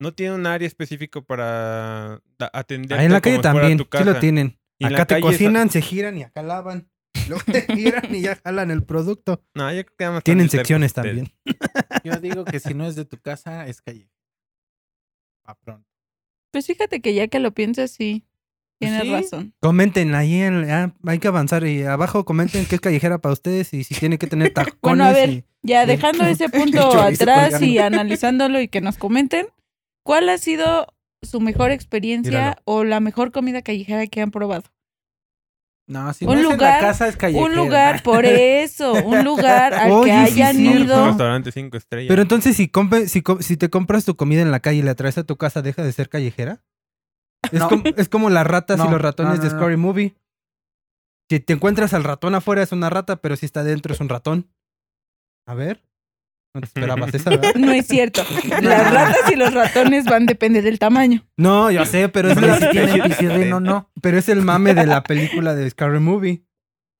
No tiene un área específica para da- atender. Ahí Ah, en la calle también, Tu sí casa. lo tienen. Y en la acá te calle es- cocinan, se giran y acá lavan. Luego te giran y ya jalan el producto. No, yo creo que nada más Tienen están secciones cerca ustedes. también. Yo digo que si no es de tu casa, es callejera. Pa' pronto. Pues fíjate que ya que lo piensas, sí. Tienes Pues Sí. razón. Comenten ahí, en- ah, hay que avanzar. Y abajo comenten qué es callejera para ustedes y si tiene que tener tacones. Bueno, a ver, y- Ya Sí. dejando ese El punto chorizo atrás colgando. y analizándolo y que nos comenten, ¿cuál ha sido su mejor experiencia Míralo. o la mejor comida callejera que han probado? No, si Un no es en la lugar- casa, es callejera. Un lugar, por eso, un lugar al Oye, que sí, hayan cierto. Un ido. restaurante cinco estrellas. Pero entonces, si, compre- si, co- si te compras tu comida en la calle y la traes a tu casa, ¿deja de ser callejera? Es, No. com- es como las ratas y No, los ratones no, de no, no. Scary Movie. Si te encuentras al ratón afuera, es una rata, pero si está dentro, es un ratón. A ver. No te esperabas esa, ¿verdad? No es cierto. Las ratas y los ratones van depende del tamaño. No, yo sé, pero es, Pero la- si tiene pisirrino, no. pero es el mame de la película de Scary Movie.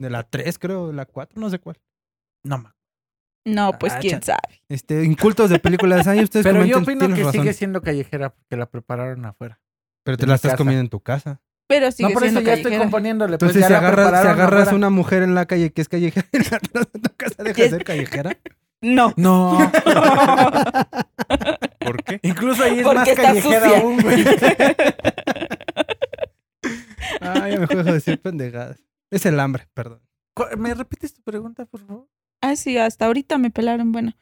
De la 3, creo, la 4, no sé cuál. No, ma. No, pues Ah, quién sabe. Este, incultos de películas. Ay, ustedes Pero yo comenten, opino tienes que razón. sigue siendo callejera porque la prepararon afuera. Pero te en la mi estás casa. comiendo en tu casa. Pero sigue no, por eso siendo ya estoy callejera. componiéndole. pues, Entonces, ya si, la agarras, si prepararon agarras afuera. una mujer en la calle que es callejera y la traes a tu casa, deja de ser callejera. No. No, ¿Por qué? incluso ahí es Porque más está callejera sucia. aún, güey. Ay, ya mejor dejo de decir pendejadas. Es el hambre, perdón. Cu- ¿Me repites tu pregunta, por favor? Ah, sí, hasta ahorita me pelaron. Bueno,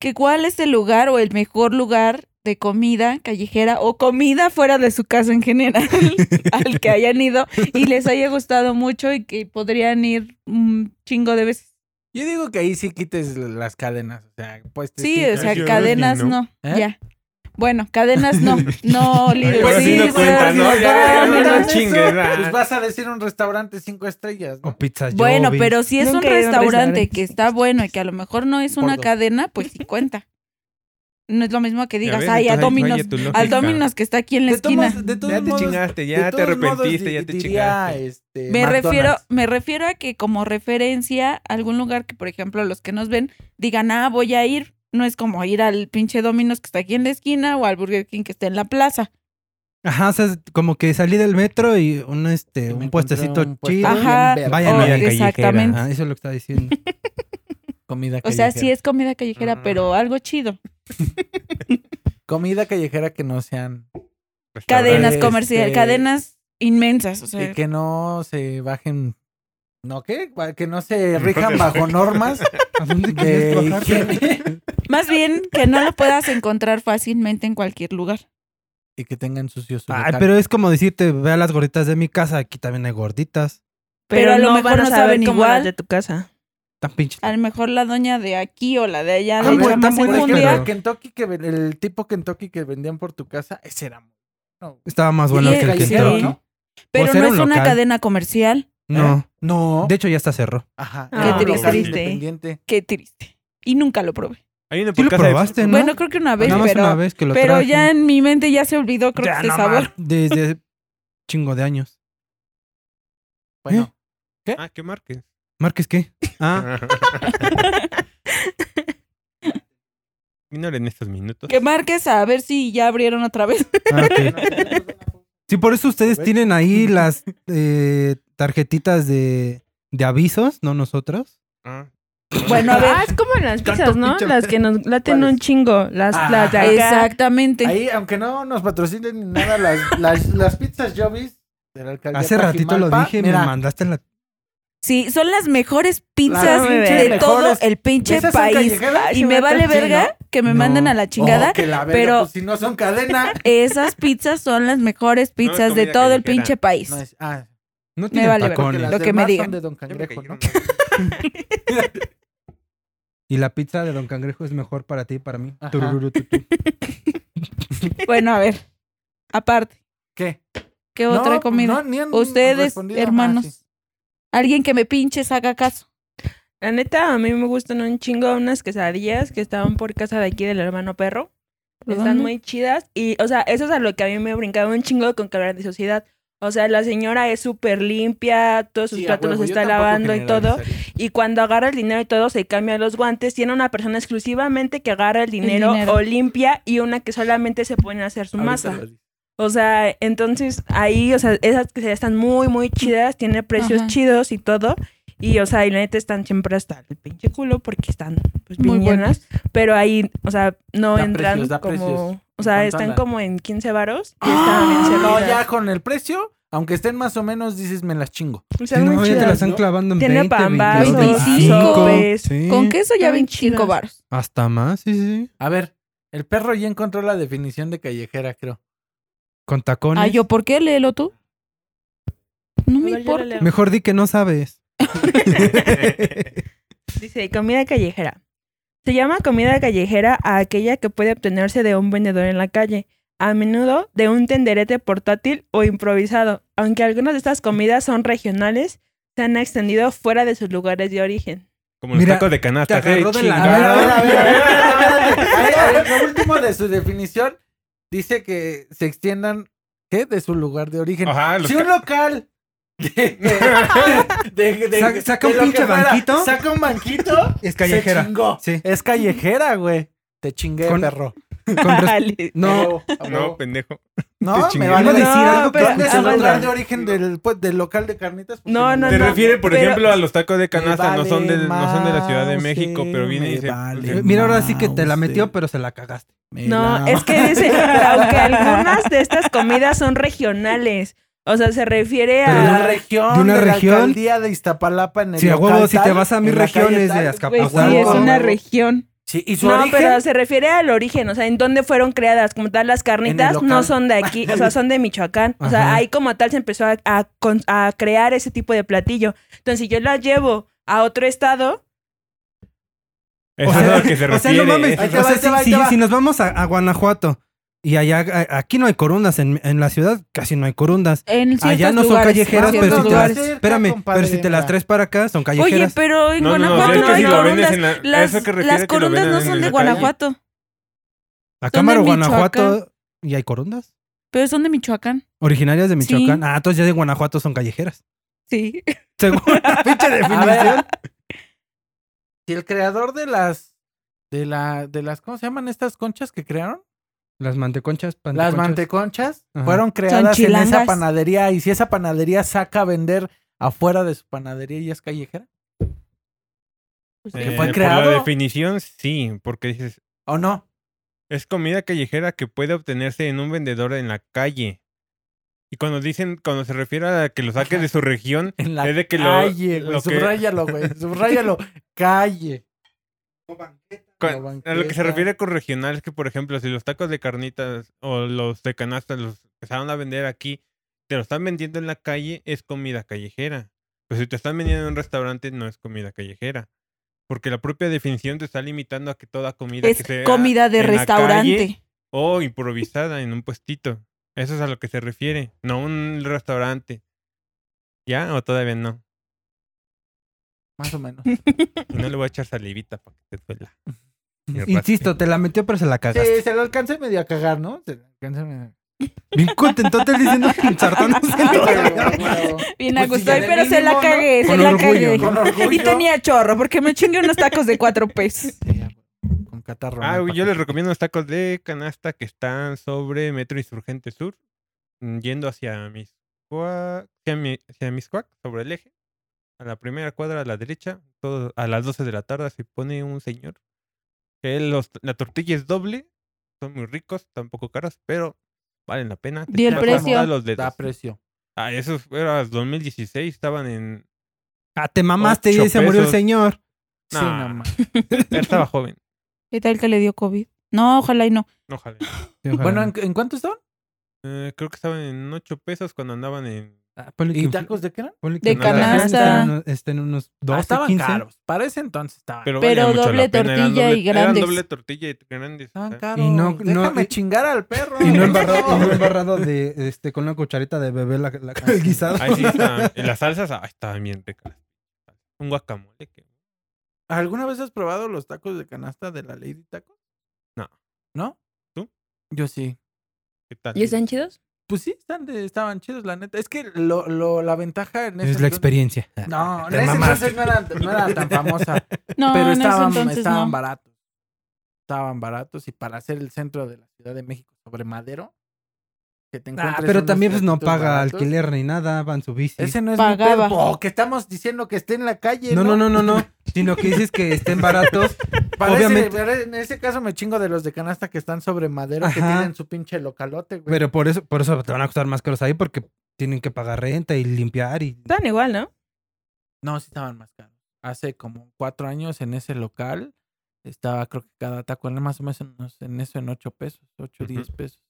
¿que cuál es el lugar o el mejor lugar de comida callejera o comida fuera de su casa en general al que hayan ido y les haya gustado mucho y que podrían ir un chingo de veces? Yo digo que ahí sí quites las cadenas. O sea, pues Sí, o sea, yo creo que cadenas no. no, ¿Eh? ya. Bueno, cadenas no, no, Little Pero sí no Caesar, cuenta, ¿no? Ya, ya, no, ya, no, ya, no. chingues, ah. Pues vas a decir un restaurante cinco estrellas, ¿no? O pizza Bueno, Jovi. pero si es un Nunca he ido a un restaurante restaurante. que está bueno y que a lo mejor no es Por una dos. cadena, pues sí cuenta. No es lo mismo que digas, ves, ay, a entonces ahí falla Domino's, tu lógica. al Domino's que está aquí en la De todos- esquina. de todos Ya te modos- chingaste, de ya te todos modos, arrepentiste, di- ya te diría, chingaste. este, Me McDonald's. refiero, me refiero a que como referencia, algún lugar que, por ejemplo, los que nos ven digan, ah, voy a ir. No es como ir al pinche Domino's que está aquí en la esquina o al Burger King que está en la plaza. Ajá, o sea, es como que salí del metro y un, Y este, me un encontré puestecito un puesto chido. bien Ajá. verga. Vayan O- a la callejera. exactamente. Ajá, eso es lo que estaba diciendo. Comida O sea, sí callejera. Ah. es comida callejera, Mm. pero algo chido. Comida callejera que no sean. Cadenas Este- comerciales, cadenas inmensas. O sea, y que no se bajen. ¿No qué? Que no se rijan bajo normas ¿A dónde de querías bajar? higiene. más bien que no lo puedas encontrar fácilmente en cualquier lugar. Y que tengan sucios su Ay, local. pero es como decirte, ve a las gorditas de mi casa, aquí también hay gorditas. Pero a lo no mejor van a no saber saben cómo las igual. de tu casa. Tan pinche. A lo mejor la doña de aquí o la de allá Ah, le bueno, echa más tan buena Por enjundia. ejemplo, pero- el este Kentucky que ven- el tipo Kentucky que vendían por tu casa, ese era muy bueno. Estaba más bueno Sí, que el sí. Kentucky. ¿no? Pero O sea, pues era no es un una local. cadena comercial. No. No. Ah. De hecho, ya está cerró. Ajá. Qué era un triste. local triste. independiente. Qué triste. Y nunca lo probé. Hay una ¿Tú lo por casa de- probaste, no? Bueno, creo que una vez, Nada más pero, una vez que lo pero traje. ya en mi mente ya se olvidó, creo Ya que este no sabor. más, Desde chingo de años. ¿Eh? Bueno, Ah, que marques. ¿Marques qué? Ah, Ignoren estos minutos. Que marques a ver si ya abrieron otra vez. ah, ok. Sí, por eso ustedes tienen ahí las eh, tarjetitas de, de avisos, no nosotros. Ah, Bueno, a Ah, ver. es como las Tanto pizzas, ¿no? pinche- Las que nos laten ¿Cuáles? un chingo. Las, Ah, las de acá. Exactamente. ahí, aunque no nos patrocinen ni nada, las, las, las pizzas Jovis de la alcaldía Hace ratito lo Pajimalpa, dije, mira, me mandaste la... Sí, son las mejores pizzas Las de mejores. todo el pinche ¿Esas son país. callejeras? Y me vale verga que me No. manden a la chingada. Oh, que la verga, pero- pues, si no son cadena. Esas pizzas son las mejores pizzas de comida todo el callejera. pinche país. No es, ah, No Me tiene vale verga. porque tacones. las Lo que demás me digan. son de Don ya me Cangrejo, ¿no? cayeron mal. Y la pizza de Don Cangrejo es mejor para ti y para mí. Ajá. Turururu, tu, tu. Bueno, a ver. Aparte, ¿Qué? ¿qué otra No, comida? no, ni han Ustedes, respondido. Ah, hermanos. sí. Alguien que me pinche, saca caso. La neta, a mí me gustan un chingo unas quesadillas que estaban por casa de aquí del hermano perro. Están ¿Dónde? muy chidas. Y, o sea, eso es a lo que a mí me brincaba un chingo con que hablar de sociedad. O sea, la señora es súper limpia, todos sus Sí, a platos huevo, los yo está tampoco lavando y todo. generalizaría. Y cuando agarra el dinero y todo, se cambia los guantes. Tiene una persona exclusivamente que agarra el dinero, dinero. o limpia y una que solamente se pone a hacer su Ahorita masa. lo digo. O sea, entonces ahí, o sea, esas que están muy, muy chidas, tiene precios Ajá. chidos y todo. Y, o sea, y la neta están siempre hasta el pinche culo porque están, pues, Muy bien buenas. llenas. Pero ahí, o sea, no Da entran precios, da como... precios. O sea, ¿Cuánto están andan? como en 15 varos y están ¡Ah! bien No, servidas. ya con el precio, aunque estén más o menos, dices, me las chingo. O sea, Sí, no, muy ya te la chidas. están ¿no? clavando en Tiene 20, pambazos, 22, sopes. sí. Con queso ya Están 25 chidas. baros. Hasta más, sí, sí. A ver, el perro ya encontró la definición de callejera, creo. Con tacones. Ah, yo, ¿por qué? Léelo tú. No me A ver, yo la importa. leo. Mejor di que no sabes. Dice, comida callejera. Se llama comida callejera a aquella que puede obtenerse de un vendedor en la calle, a menudo de un tenderete portátil o improvisado, aunque algunas de estas comidas son regionales, se han extendido fuera de sus lugares de origen. Como los Mira, tacos de canasta. te agarró ¡Eh, de la A chingada! ver, a ver, a ver, a ver, a ver, a ver. A ver, Lo último de su definición dice que se extiendan, ¿qué? De su lugar de Ah, origen. Ajá, los Si un ca- local... de- de- de- de- Sa- saca un de lo pinche que fuera, banquito. Saca un banquito. Es Se callejera. chingó. Sí. Es callejera, güey. Te chingué, Con- perro. Con res- Ale. A No, huevo, a No, huevo. pendejo. No, te me chingué. van a Iba a decir decir No, algo algo pero, pero- ¿Dónde es ah, el bueno. lugar de origen del, pues, del local de carnitas? Pues, No, en no, Te el- no. refiere, por pero- ejemplo, a los tacos de Me canasta. no, son de, vale no son de la Ciudad de mouse, México, pero viene y me dice. pues, vale Eh, Mira, ahora sí mouse. que te la metió, pero se la cagaste. Me No, la- es que dice, aunque algunas de estas comidas son regionales, o sea, se refiere de Pero- a... una región, de una la región. alcaldía de Iztapalapa en el Sí, a local huevo, si tal, te vas a mis en la calle regiones tal. pues de Güey, sí, Azcapotzalco. es una Huevo. región. Sí, y su No, origen pero se refiere al origen, o sea, en dónde fueron creadas, como tal las carnitas local. no son de aquí, o sea, son de Michoacán. O sea, Ajá. ahí como tal se empezó a, a con- a crear ese tipo de platillo. Entonces, si yo la llevo a otro estado, Eso O es a sea, lo que se O sea, no refiere. mames. Ahí te o va, sea, ahí te va, ahí si, te si- va. si nos vamos a, a Guanajuato y allá, a- aquí no hay corundas, en, en la ciudad casi no hay corundas. En Allá ciertos no son lugares, callejeras, en pero si ciertos te las. lugares. Espérame, compadre, pero si te las mira. traes para acá, son Oye, callejeras. pero en No, no, no, Guanajuato es no, que si hay lo vendes corundas. en la. a Las, eso que refiere las que lo corundas venden no en son de la calle. Guanajuato, A son Cámaro, de Guanajuato. ¿Y hay corundas? pero son de Michoacán. Originarias de Sí. Michoacán. Ah, entonces ya de Guanajuato son callejeras. Sí. Según la pinche A ver, definición. si el creador de las de la de las ¿cómo se llaman estas conchas que crearon? Las manteconchas, Las panteconchas. manteconchas Ajá. fueron creadas en esa chilangas. panadería y si esa panadería saca a vender afuera de su panadería y es callejera Eh, fue por pues, creado. Eh, la definición, sí, porque dices, o no? Es comida callejera que puede obtenerse en un vendedor en la calle. Y cuando dicen, cuando se refiere a que lo saque de su región, En la es de que lo, calle, güey. lo que- Subráyalo, güey. Subráyalo. calle. Con- La a lo que se banqueta. refiere con regional es que, por ejemplo, si los tacos de carnitas o los de canasta los empezaron a vender aquí, te lo están vendiendo en la calle, es comida callejera. Pero si te están vendiendo en un restaurante, no es comida callejera. Porque la propia definición te está limitando a que toda comida Es que sea comida de en la calle restaurante. o improvisada en un puestito. Eso es a lo que se refiere, no un restaurante. ¿Ya? ¿O todavía no? Más o menos. Y no le voy a echar salivita para que te duela. Insisto, te la metió, pero se la cagaste. Sí, se lo alcancé medio a cagar, ¿no? Se lo alcancé medio Bien contentote diciendo que el sartón no se le- Bien Pues a sí, gusto. ya Ay, de pero se la mínimo, ¿no? cagué, se Con la orgullo, cagué. con Y tenía chorro, porque me chingué unos tacos de cuatro pesos. Sí, ya, güey, con catarro. Ah, ¿no? güey, Pa- yo les recomiendo los tacos de canasta que están sobre Metro Insurgente Sur, mm, yendo hacia Miscuac, hacia, mi, hacia Miscuac, sobre el eje. A la primera cuadra a la derecha, todo, a las 12 de la tarde se pone un señor. Que los, la tortilla es doble, son muy ricos, tampoco caras, pero valen la pena. Vi el echas hasta precio. los dedos. Da precio. Ah, eso era 2016, estaban en... Ah, te mamaste y Ocho ahí se murió el pesos. señor. Sí, Nah, no más. estaba joven, ¿Qué tal que le dio COVID? No, ojalá y no. ojalá. Bueno, ¿en, en cuánto estaban? Eh, creo que estaban en 8 pesos cuando andaban en... Ah, ¿Y tacos de qué eran? de canasta. Están unos Ah, 12, estaban 15. caros. Para ese entonces estaban. Pero, Pero valía mucho doble la pena, eran tortilla doble- y grandes. Eran doble tortilla y grandes. o Estaban sea, caros. eh, Y no- no- Déjame y- chingar al perro. Y no embarrado, y no embarrado de, este, con una cucharita de bebé la, la- el guisado. ahí sí estaban- y las salsas, ah, estaban bien ricas. Un guacamole. que- ¿Alguna vez has probado los tacos de canasta de la Lady Taco? No. ¿No? ¿Tú? Yo sí. ¿Qué tal? ¿Y están chidos? Pues sí, están de- estaban chidos, la neta. Es que lo, lo, la ventaja en ese es la entonces- experiencia. No, en Te ese mamaste. entonces no era, no era tan famosa. No, pero en ese estaban, entonces estaban no. baratos. Estaban baratos y para ser el centro de la Ciudad de México sobre Madero, que te Ah, encuentres pero unos también pues, no taquitos paga baratos. alquiler ni nada, van su bici. Ese no es Pagaba. mi pedo. O que estamos diciendo que esté en la calle. No, no, no, no, no. Sino que dices que estén baratos. Para Obviamente. ese- para- en ese caso me chingo de los de canasta que están sobre madero que Ajá. tienen su pinche localote, güey. Pero por eso, por eso te van a costar más caros ahí porque tienen que pagar renta y limpiar y. Están igual, ¿no? No, sí estaban más caros. Hace como cuatro años en ese local estaba, creo que cada taco era más o menos en- en eso en ocho pesos, ocho, Ujú. diez pesos.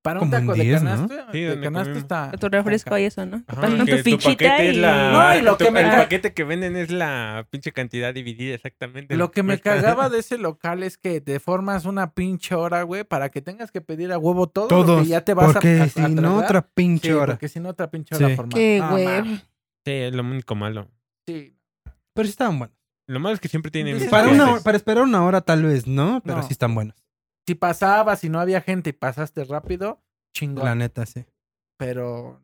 Para un Como en taco de 10, ¿no? canasta, Sí, de donde canasta comimos. está. Tu refresco está y eso, ¿no? Ah, Ajá, Vas con que tu fichita paquete es y... la- No, y lo tu- que me- El paquete que venden es la pinche cantidad dividida exactamente. Lo que me Cuesta- cagaba de ese local es que te formas una pinche hora, güey, para que tengas que pedir a huevo todo lo Todos. que ya te vas a- porque a, a si no, tragar. otra pinche Sí, hora. Porque si no, otra pinche Sí. hora formal. Qué Ah, No, huevo. mames, Sí, es lo único malo. sí. Pero sí estaban buenos. Lo malo es que siempre tienen... Dices, mis Para, una, clientes. hora- para esperar una hora tal vez, ¿no? Pero No. sí están buenos. Si pasabas y no había gente y pasaste rápido, chingón. La neta, sí. Pero.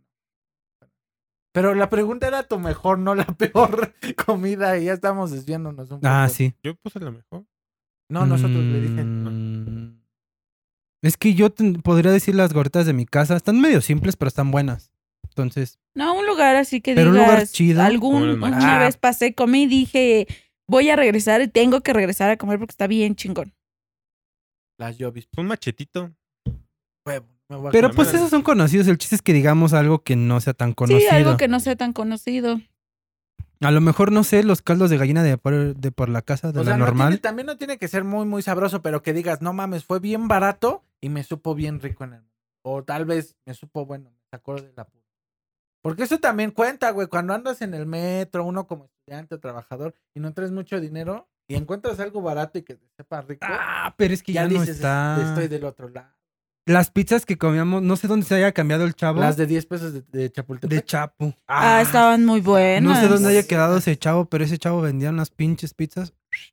Pero la pregunta era tu mejor, no la peor comida. Y ya estamos desviándonos un poco. Ah, sí. Yo puse lo mejor. No, nosotros le dije. Mm. Es que yo ten- podría decir las gorditas de mi casa. Están medio simples, pero están buenas. Entonces, No, un lugar así que Pero un digas, lugar chido. Como el algún Mac. una Ah. vez pasé, comí y dije, voy a regresar y tengo que regresar a comer porque está bien chingón. Las llovis. Un machetito. Huevo. me voy a pero comer pues las- esos son conocidos. El chiste es que digamos algo que no sea tan conocido. Sí, algo que no sea tan conocido. A lo mejor, no sé, los caldos de gallina de por, de por la casa, de O la sea, no normal. tiene- también no tiene que ser muy, muy sabroso, pero que digas, no mames, fue bien barato y me supo bien rico en el. O tal vez me supo bueno, me sacó de la puta. Porque eso también cuenta, güey. Cuando andas en el metro, uno como estudiante o trabajador y no traes mucho dinero y encuentras algo barato y que te sepa rico, Ah, pero es que ya, ya, no dices, está. estoy del otro lado. Las pizzas que comíamos, no sé dónde se haya cambiado el chavo. Las de 10 pesos de, de Chapultepec. de Chapu. Ah, Eh, estaban muy no buenas. sé dónde haya sí. quedado ese chavo, pero ese chavo vendía unas pinches pizzas.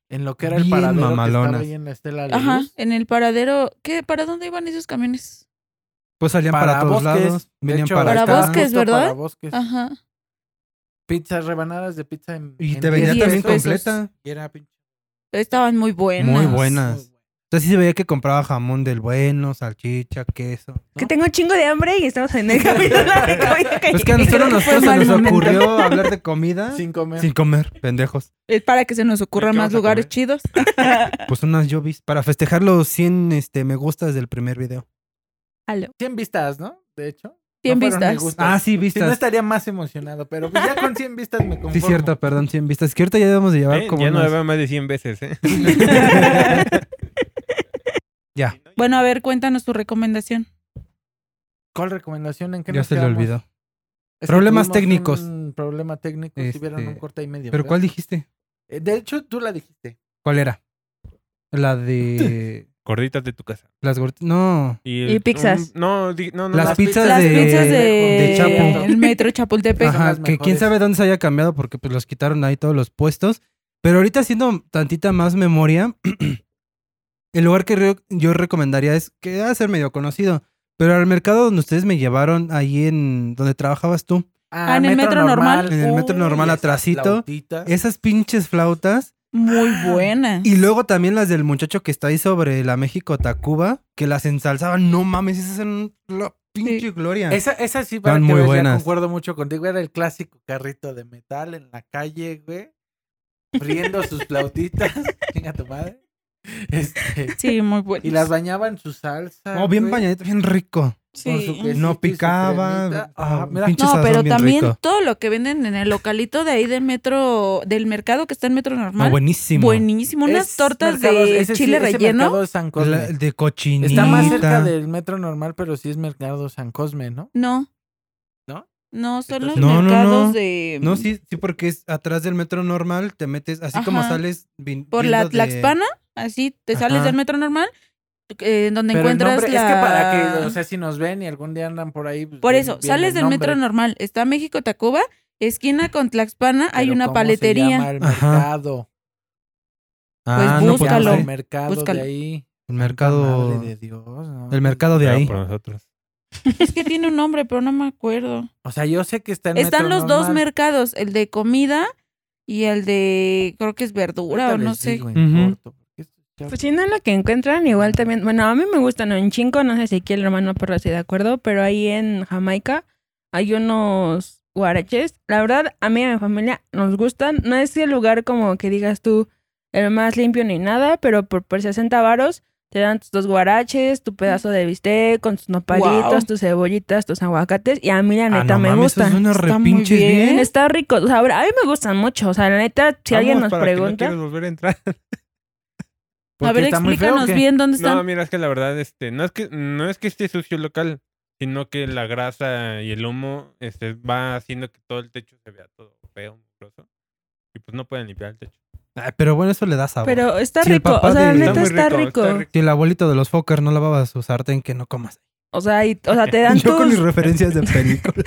en lo que era el Bien paradero que mamalonas. estaba ahí en la Estela de Ajá, Luz. en el paradero. ¿Qué? ¿Para dónde iban esos camiones? Pues salían para, Para todos bosques. lados. De Venían hecho, para, Para acá. estaba bosques, justo ¿verdad? Para bosques. Ajá. Pizzas, rebanadas de pizza en Y en te vendía 10 también pesos. completa. Y era pinche Estaban muy buenas. Muy buenas. Entonces sí se veía que compraba jamón del bueno, salchicha, queso. Que tengo un chingo de hambre y estamos en el capítulo de comida Pues que a callejera. nosotros nos, fue se mal nos momento. ocurrió hablar de comida Sin comer. sin comer, pendejos. Es para que se nos ocurran ¿Qué más vas a lugares comer? chidos. Pues unas llovis para festejar los 100 este, me gustas del primer video. Aló. 100 vistas, ¿no? De hecho. fueron 100 me vistas. gustas. Ah, sí, Si no vistas. estaría más emocionado, pero pues ya con 100 vistas me conformo. Sí, cierto, perdón, 100 vistas. Que ahorita ya debemos de llevar Eh, como ya no unas- la veo más de 100 veces, ¿eh? Ya, Bueno, a ver, cuéntanos tu recomendación. ¿Cuál recomendación? ¿En qué ya nos se le quedamos? olvidó. Es que Problemas tuvimos técnicos. Un problema técnico, si vieron un Este, corte y medio. ¿Pero ¿verdad? cuál dijiste? Eh, De hecho, tú la dijiste. ¿Cuál era? La de... Gorditas de tu casa. Las gorditas... No. Y, Y pizzas. un- no, di- no, no. Las no. pizzas Las de... pizzas de, de Ah. Chapo. el metro Chapultepec. son Ajá, las que quién mejores. sabe dónde se haya cambiado porque pues los quitaron ahí todos los puestos. Pero ahorita haciendo tantita más memoria, el lugar que re- yo recomendaría es que ha de ser medio conocido. Pero al mercado donde ustedes me llevaron, ahí en donde trabajabas tú, Ah, en el metro normal. En el metro normal, esas atrasito. flautitas. esas pinches flautas. Muy buena. Y luego también las del muchacho que está ahí sobre la México Tacuba, que las ensalzaban. No mames, esas eran la pinche gloria. Esa, esa sí, para Están que muy veas, ya buenas. concuerdo mucho contigo. Era el clásico carrito de metal en la calle, güey. Riendo sus flautitas. Chinga tu madre. Este, Sí, muy buena. y las bañaba en su salsa. Oh, bien güey, bañadito, bien rico. con su Sí. quesito y su No picaba. cremita. Ah, mira, pinche No, sazón pero bien también rico. todo lo que venden en el localito de ahí del metro, del mercado que está en Metro No, Normal. Ah, buenísimo. buenísimo. Unas Es tortas mercados- de ese sí, chile ese relleno. mercado es San Cosme. La- de cochinita. Está más cerca del metro normal, pero sí es mercado San Cosme, ¿no? No. ¿No? No, son los Entonces- No, no, mercados no. de. No, sí, sí, porque es atrás del metro normal, te metes, así como Ajá. sales... vin- Por viendo la de- Tlaxpana, así te sales Ajá. del metro normal, eh, donde Pero el encuentras nombre, la. es que para que, o sea, si nos ven y algún día andan por ahí. pues, Por ven- eso, ven sales el del metro nombre. normal, está México Tacuba, esquina con Tlaxpana, hay Pero una ¿cómo se llama paletería. el Ajá. mercado. Ah, Pues no, pues, búscalo. no El sé. mercado Búscalo. de ahí. El mercado... Madre de Dios, ¿no? El mercado de Claro, ahí. por nosotros. Es que tiene un nombre, pero no me acuerdo. O sea, yo sé que está en Están metro los dos normal. mercados, el de comida y el de creo que es verdura Ahorita o no les sé. digo en Ujú. corto, porque esto ya- Pues si no es lo que encuentran, igual también. Bueno, a mí me gustan un chingo, no sé si aquí el hermano Perro esté de acuerdo, pero ahí en Jamaica hay unos guaraches. La verdad, a mí y a mi familia nos gustan. No es el lugar como que digas tú el más limpio ni nada, pero por, por 60 varos te dan tus dos guaraches, tu pedazo de bistec con tus nopalitos, Guau. tus cebollitas, tus aguacates. Y a mí la Ah, neta no me mames, gusta. esos son unos Está muy repinches bien. bien. Está rico. O sea, a ver, a mí me gustan mucho. O sea, la neta, si alguien Vamos, nos para que no pregunta. quieras volver a entrar. A ver, está muy feo, explícanos ¿o qué? bien dónde No, están. mira, es que la verdad, este, no es que, no es que esté sucio el local, sino que la grasa y el humo este, va haciendo que todo el techo se vea todo feo, mugroso. Y pues no pueden limpiar el techo. Ay, pero bueno, eso le da sabor. Pero está Sí, el rico, papá o sea, la de- neta Está muy está rico. rico, está rico. Si el abuelito de los Fokker no lavaba su sartén, que no comas. O sea, y- o sea, te dan Yo con mis tus, referencias de película.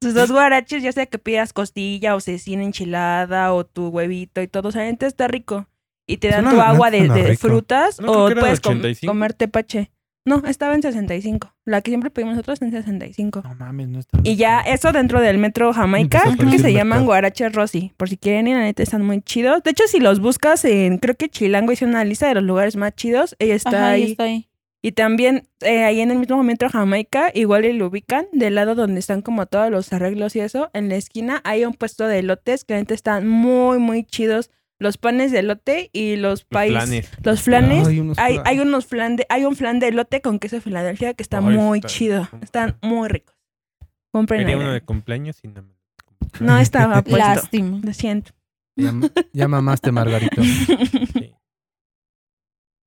tus dos guaraches, ya sea que pidas costilla o cecina enchilada o tu huevito y todo. O sea, la neta está rico. Y te dan Suena- tu no agua de, suena de rico. frutas No, creo o que era puedes com- 85. comer tepache. No, estaba en 65. La que siempre pedimos nosotros en 65. No mames, no está. Y ya eso dentro del metro Jamaica, Empezó a creo que se aparecer llaman mercado. guaraches Rosy. Por si quieren ir, la neta están muy chidos. De hecho, si los buscas en, creo que Chilango hizo una lista de los lugares más chidos. Ella está Ajá, ahí ahí. está ahí. Y también eh, ahí en el mismo momento Jamaica, igual y lo ubican, del lado donde están como todos los arreglos y eso, en la esquina hay un puesto de elotes que realmente están muy, muy chidos. Los panes de elote y los Los pais. planes. Los flanes. Ay, unos hay, flanes. hay unos flan de, hay un flan de elote con queso de Filadelfia que está Ay, muy está- chido. Están muy ricos. Compren. Quería uno de cumpleaños y no me No estaba puesto. Lástima. Lo siento. Ya, ya mamaste, Margarito. Sí.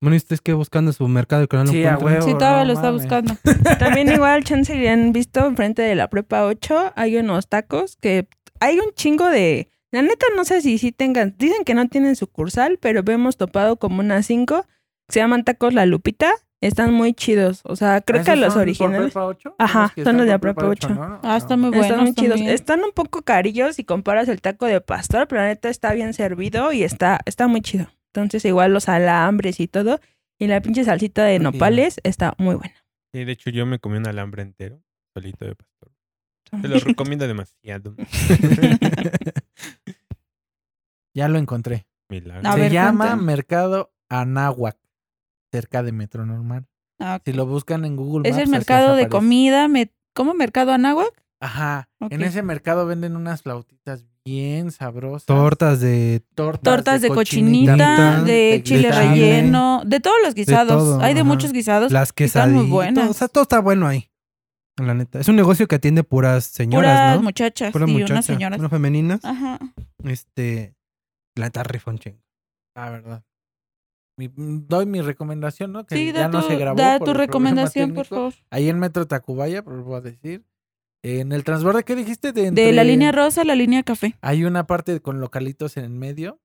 Bueno, y ustedes que buscando su mercado y que no lo Sí, a encuentran. huevo. Sí, todavía no lo está mames. buscando. También igual, chance que han visto enfrente de la prepa 8, hay unos tacos que hay un chingo de... La neta no sé si sí tengan, dicen que no tienen sucursal, pero vemos topado como unas 5, se llaman tacos La Lupita, están muy chidos, o sea, creo que Ah, ¿Esos los son por originales Prepa ocho? Ajá, que son están los de por Prepa ocho. ¿no? Ah, está muy No. bueno. están muy chidos, también. están un poco carillos si comparas el taco de pastor, pero la neta está bien servido y está, está muy chido. Entonces igual los alambres y todo, y la pinche salsita de Ok. nopales está muy buena. Sí, de hecho, yo me comí un alambre entero, solito de pastor. Te lo recomiendo demasiado. Ya lo encontré. Milagro. A Se ver, llama cuéntame. Mercado Anáhuac. cerca de Metro Normal. Ah, ok. Si lo buscan en Google Es Maps, el así mercado de aparece. comida, me- ¿cómo mercado Anáhuac? Ajá. En Ok. ese mercado venden unas flautitas bien sabrosas. Tortas de... tortas, Tortas de cochinita, cochinita, de chile guisado. relleno, de todos los guisados. todo, Hay de ajá. muchos guisados. Las están muy quesadillas. buenas. O sea, todo está bueno ahí. La neta. Es un negocio que atiende puras señoras, puras ¿no? muchachas Puras y muchachas, unas señoras. Ah. puras femeninas. Ajá. Este... La neta rifa un chingo. La Ah, verdad. Mi- mm, doy mi recomendación, ¿no? Que Sí, ya da no tu, se grabó da por tu el problema recomendación, por técnico. favor. Ahí en Metro Tacubaya, pero voy a decir. En el transborde, ¿qué dijiste? De, De la entre- línea rosa a la línea café. Hay una parte con localitos en el medio.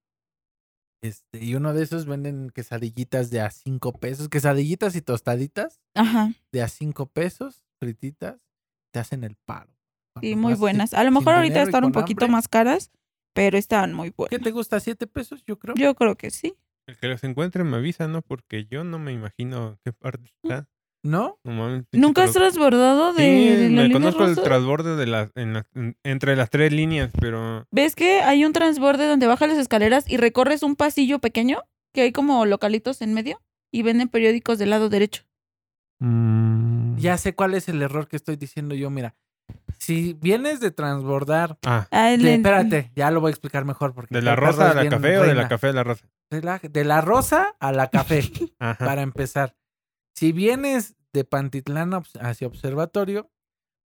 Este, y uno de esos venden quesadillitas de a cinco pesos. Quesadillitas y tostaditas Ajá. de a cinco pesos, frititas. Te hacen el paro. Y Cuando muy vas así, buenas. A lo Ah, sin mejor ahorita dinero y están un con poquito hambre. más caras, pero están muy ¿Qué buenas. te gusta? ¿Siete pesos? Yo creo. Yo creo que sí. El que los encuentre me avisa, ¿no? Porque yo no me imagino en qué parte está. ¿no. No mames, pinche ¿Nunca has tras- transbordado de, de Sí, la me línea conozco el rosa? transborde de las, en las- en- entre las tres líneas, pero ¿Ves que hay un transborde donde bajas las escaleras y recorres un pasillo pequeño que hay como localitos en medio y venden periódicos del lado derecho? Ya sé cuál es el error que estoy diciendo yo. Mira, si vienes de transbordar. ah, Ah, el- de- espérate, ya lo voy a explicar mejor. Porque de la el perro rosa es a la bien café o de la reina. café a la rosa. Relaja- De la rosa a la café. Ajá. para empezar. Si vienes de Pantitlán a obs- hacia Observatorio,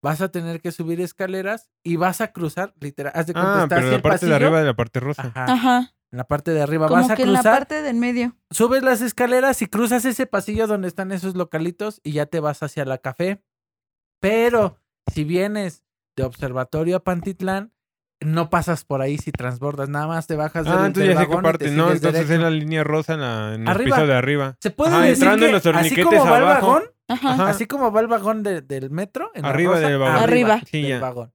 vas a tener que subir escaleras y vas a cruzar, literal, haz de cuenta, ah, está pero hacia la el parte de pasillo. arriba de la parte rosa. Ajá, Ajá. en la parte de arriba Como vas a que en la cruzar, parte del medio. subes las escaleras y cruzas ese pasillo donde están esos localitos y ya te vas hacia la café. Pero si vienes de Observatorio a Pantitlán, no pasas por ahí si transbordas, nada más te bajas del, Ah, del entonces ya sé qué vagón y te parte. No, sigues entonces es derecho. la línea rosa en, la- en el Arriba. piso de arriba. Se puede Ajá, decir entrando en que los así como torniquetes va el abajo. vagón, Ajá. Ajá. Así como va el vagón de- del metro. en la Arriba rosa, del vagón. Arriba. Sí, del ya. vagón.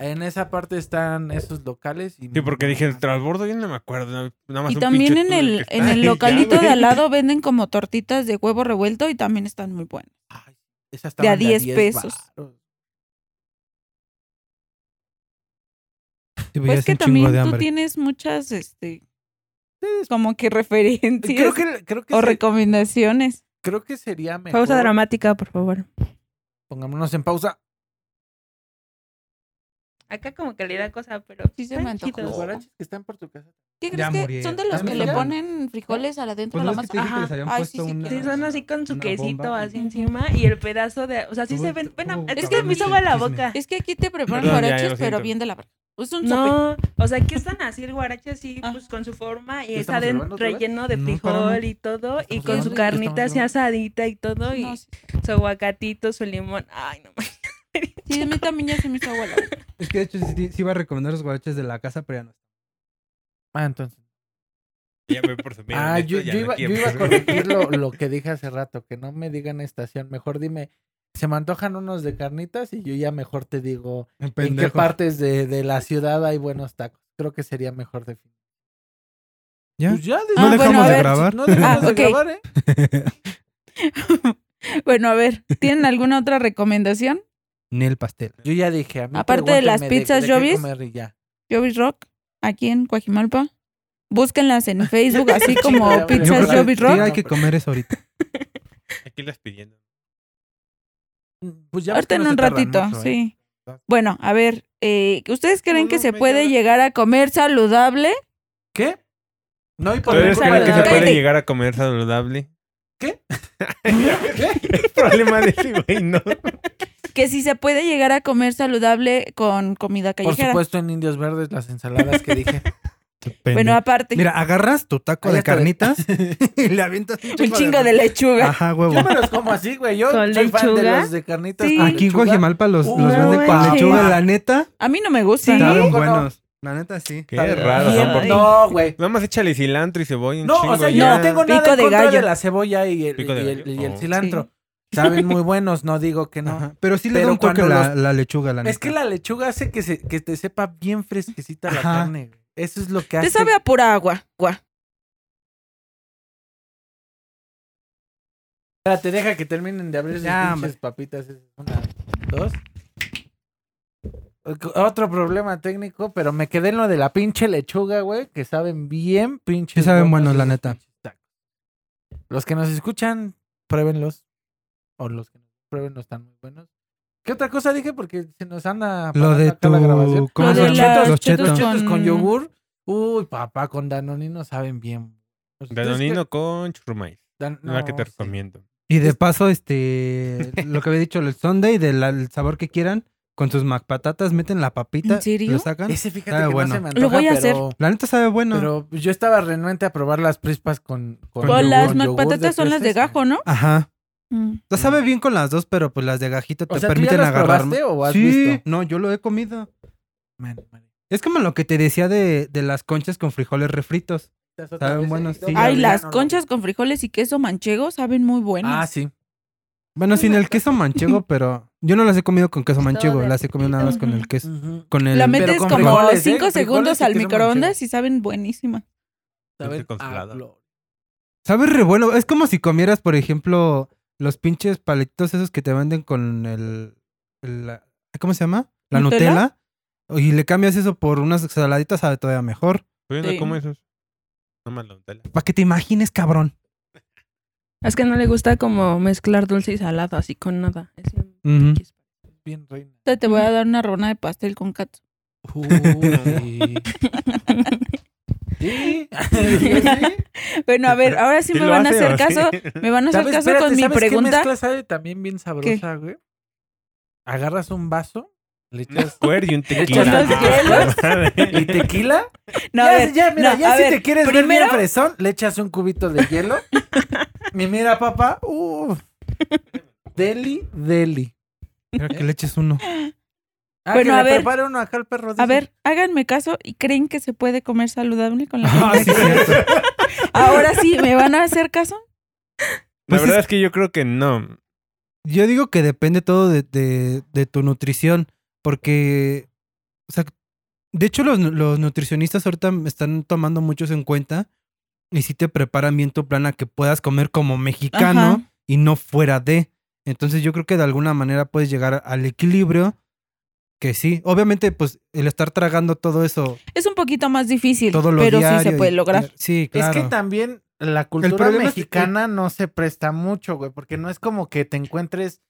En esa parte están esos locales. Y Sí, porque dije Mm. el transbordo, yo no me acuerdo. na- Nada más Y un también pinche en túnel el, que en está ahí, el ya, localito de güey. al lado venden como tortitas de huevo revuelto y también están muy buenas. Ay, esas De a estaban 10 pesos. varos. Sí, pues ya Pues es que un chingo también de tú hambre. tienes muchas, este, como que referencias creo que, creo, que o se- recomendaciones. creo que sería mejor. Pausa dramática, por favor. Pongámonos en pausa. Acá como que le da cosa, pero Sí se están me antojó. Los chidos. guaraches que están por tu casa. ¿Qué Ya crees que murieron. son de los ¿Ya que le murieron? ponen frijoles al adentro Pues de no la es que te dije masa? que Ajá. les habían Ay, sí, puesto sí, una- Sí, quiero. son así con su Una quesito bomba. así encima y el pedazo de, o sea, sí Estuvo- se ven, ven a- estuvo es que cabrón me ese hizo agua la chisme. boca. Es que aquí te preparan Perdón, ya, ya, guaraches, lo pero siento. bien de la verga. Es un sope. No, o sea, aquí están así el guarache así, Ah. pues con su forma y ¿Ya está estamos de- grabando otra vez? relleno de No, frijol paramos. y todo y ¿Estamos con grabando? su ¿Ya estamos carnita así grabando? asadita y todo y No, sí, su aguacatito, su limón. Ay, no mames. sí, a mí también ya se me hizo agua la boca. Es que de hecho sí, sí iba a recomendar los guaraches de la casa, pero ya no. Ah, entonces. Ya voy por su mierda, ah, esto yo, ya yo no iba, yo quiero. iba a corregir lo, lo que dije hace rato. Que no me digan estación. Mejor dime. Se me antojan unos de carnitas y yo ya mejor te digo en qué Pendejo. partes de, de la ciudad hay buenos tacos. Creo que sería mejor definir. ¿Ya? Pues ya, Ah, bueno, a ver, grabar. No dejamos Ah, ok. de grabar, ¿eh? Bueno, a ver, ¿tienen alguna otra recomendación? Ni el pastel. Yo ya dije. A mí Aparte de las pregúntenme pizzas qué Jovis. comer y ya. Jovis Rock, aquí en Coajimalpa. Búsquenlas en Facebook, así Yo como creo que- Yo creo Pizzas que Jovis sí Rock. hay que comer eso ahorita. Aquí las pidiendo. Pues ya ves Ahorita que en no se un tardan ratito, mucho, ¿eh? sí. Bueno, a ver, eh, ¿ustedes creen No, que no, se media puede hora. llegar a comer saludable? ¿Qué? No, y por ¿Ustedes Comer creen que se saludable. puede Cállate. llegar a comer saludable? ¿Qué? El problema de ese güey, ¿no? Que si se puede llegar a comer saludable con comida Por callejera. supuesto, en Indios Verdes, las ensaladas que dije. bueno, aparte, Mira, agarras tu taco Ahí de está de- carnitas y le avientas un un chingo, chingo de lechuga. Ah. Ajá, huevo. Yo me los como así, güey. Yo ¿Con soy fan de lechuga? los de carnitas. Sí. con Aquí en lechuga. Guajimalpa los, Uh, los venden con manches. lechuga, la neta. A mí no me gusta. Estaban ¿Cómo no? buenos. La neta, sí. Qué Está raro, bien. ¿no? Porque No, güey. Nada más échale cilantro y cebolla un No, chingo o sea, y yo ya. no tengo Pico nada en de contra gallo. de la cebolla y el, y Pico de el, gallo. y el Oh. cilantro. Saben muy buenos, no digo que no. Ajá. Pero sí le Pero da un toque cuando la, la lechuga, la neta. Es que la lechuga hace que, se, que te sepa bien fresquecita la Ajá. carne. güey. Eso es lo que hace. Te sabe a pura agua. agua. Espérate, deja que terminen de abrir sus Ya, pinches hombre. papitas. esas. Una, dos. Ok, Otro problema técnico, pero me quedé en lo de la pinche lechuga, güey, que saben bien Sí pinches. saben buenos buenos, la esos neta. pinches tacos. Los que nos escuchan, pruébenlos. O los que no prueben no están muy buenos. ¿Qué otra cosa dije? Porque se nos anda Lo apagando de acá la grabación. tu... ¿Cómo Lo se de llama? las Los chetos Los chetos. chetos con Con- yogur. Uy, papá, con Danonino saben bien. Pues, es que Danonino con churrumais. Dan- la que te no, sí. recomiendo. Y de paso, este... Lo que había dicho, el Sunday, del al sabor que quieran, con sus macpatatas, meten la papita. ¿En serio? Lo sacan. Ese fíjate Sabe que bueno. no se me Lo voy antoja, a hacer. pero- La neta sabe bueno. Pero yo estaba renuente a probar las prispas con... Con, Pues yogur, las con yogur macpatatas son las de fresa. gajo, ¿no? Ajá. Mm. La sabe bien con las dos, pero pues las de gajita te sea, ¿tú ya permiten las agarrar. probaste o has sí, visto? no, yo lo he comido. Man, man. Es como lo que te decía de, de las conchas con frijoles refritos. Estas Saben otras veces buenas, he sí. ido, Ay, Ay, pero ya las Ah, no lo- conchas con frijoles y queso manchego saben muy Ah, buenas. sí. Bueno, sin el queso manchego, pero yo yo no las he comido con queso manchego, de las he comido nada más con el Ujú. queso. Ujú. Con el La met- metes con como frijoles, ¿eh? 5 Frijoles segundos y al queso microondas manchego. y saben buenísima. Saben Gente congelada. a lo- Sabe re bueno. Es como si comieras, por ejemplo, los pinches paletitos esos que te venden con el. el- la- ¿Cómo se llama? La Nutella. ¿Nutella? Y le cambias eso por unas saladitas, sabe todavía mejor. Sí. Pero yo no Pues, como esos. No más la Nutella. Para que te imagines, cabrón. Es que no le gusta como mezclar dulce y salado así con nada. Es un Ujú. chispa. Bien reina. Ahorita Te voy a dar una ronda de pastel con cato. Uy. Sí. Bueno, a ver, ahora sí me lo van a hace hacer o sí? caso. Me van a hacer ¿Sabes, caso espérate, con mi ¿sabes qué pregunta. mezcla sabe también bien sabrosa, güey? Agarras un vaso, le Un echas... square y un echas tequila. eh. los hielos. ¿Y tequila? No, a ya, ver, ya, mira, no, ya a si ver, te quieres ver primero- bien fresón, le echas un cubito de hielo. Mi mira, papá, uff. Deli, deli. Mira que le eches uno. Ah, Bueno, que a le ver. prepare uno acá al perro. A dice. ver, háganme caso y creen que se puede comer saludable con la Ah, sí, gente. cierto. Ahora sí, ¿me van a hacer caso? La Pues verdad es- es que yo creo que no. Yo digo que depende todo de, de- de tu nutrición, porque, o sea, de hecho los, nu- los nutricionistas ahorita me están tomando muchos en cuenta y sí te preparan bien tu plan a que puedas comer como mexicano Ajá. y no fuera de. Entonces yo creo que de alguna manera puedes llegar al equilibrio, que sí. Obviamente, pues el estar tragando todo eso Es un poquito más difícil, todo lo pero sí diario se y- puede lograr. y- sí, claro. Es que también la cultura problema es que- mexicana no se presta mucho, güey, porque no es como que te encuentres.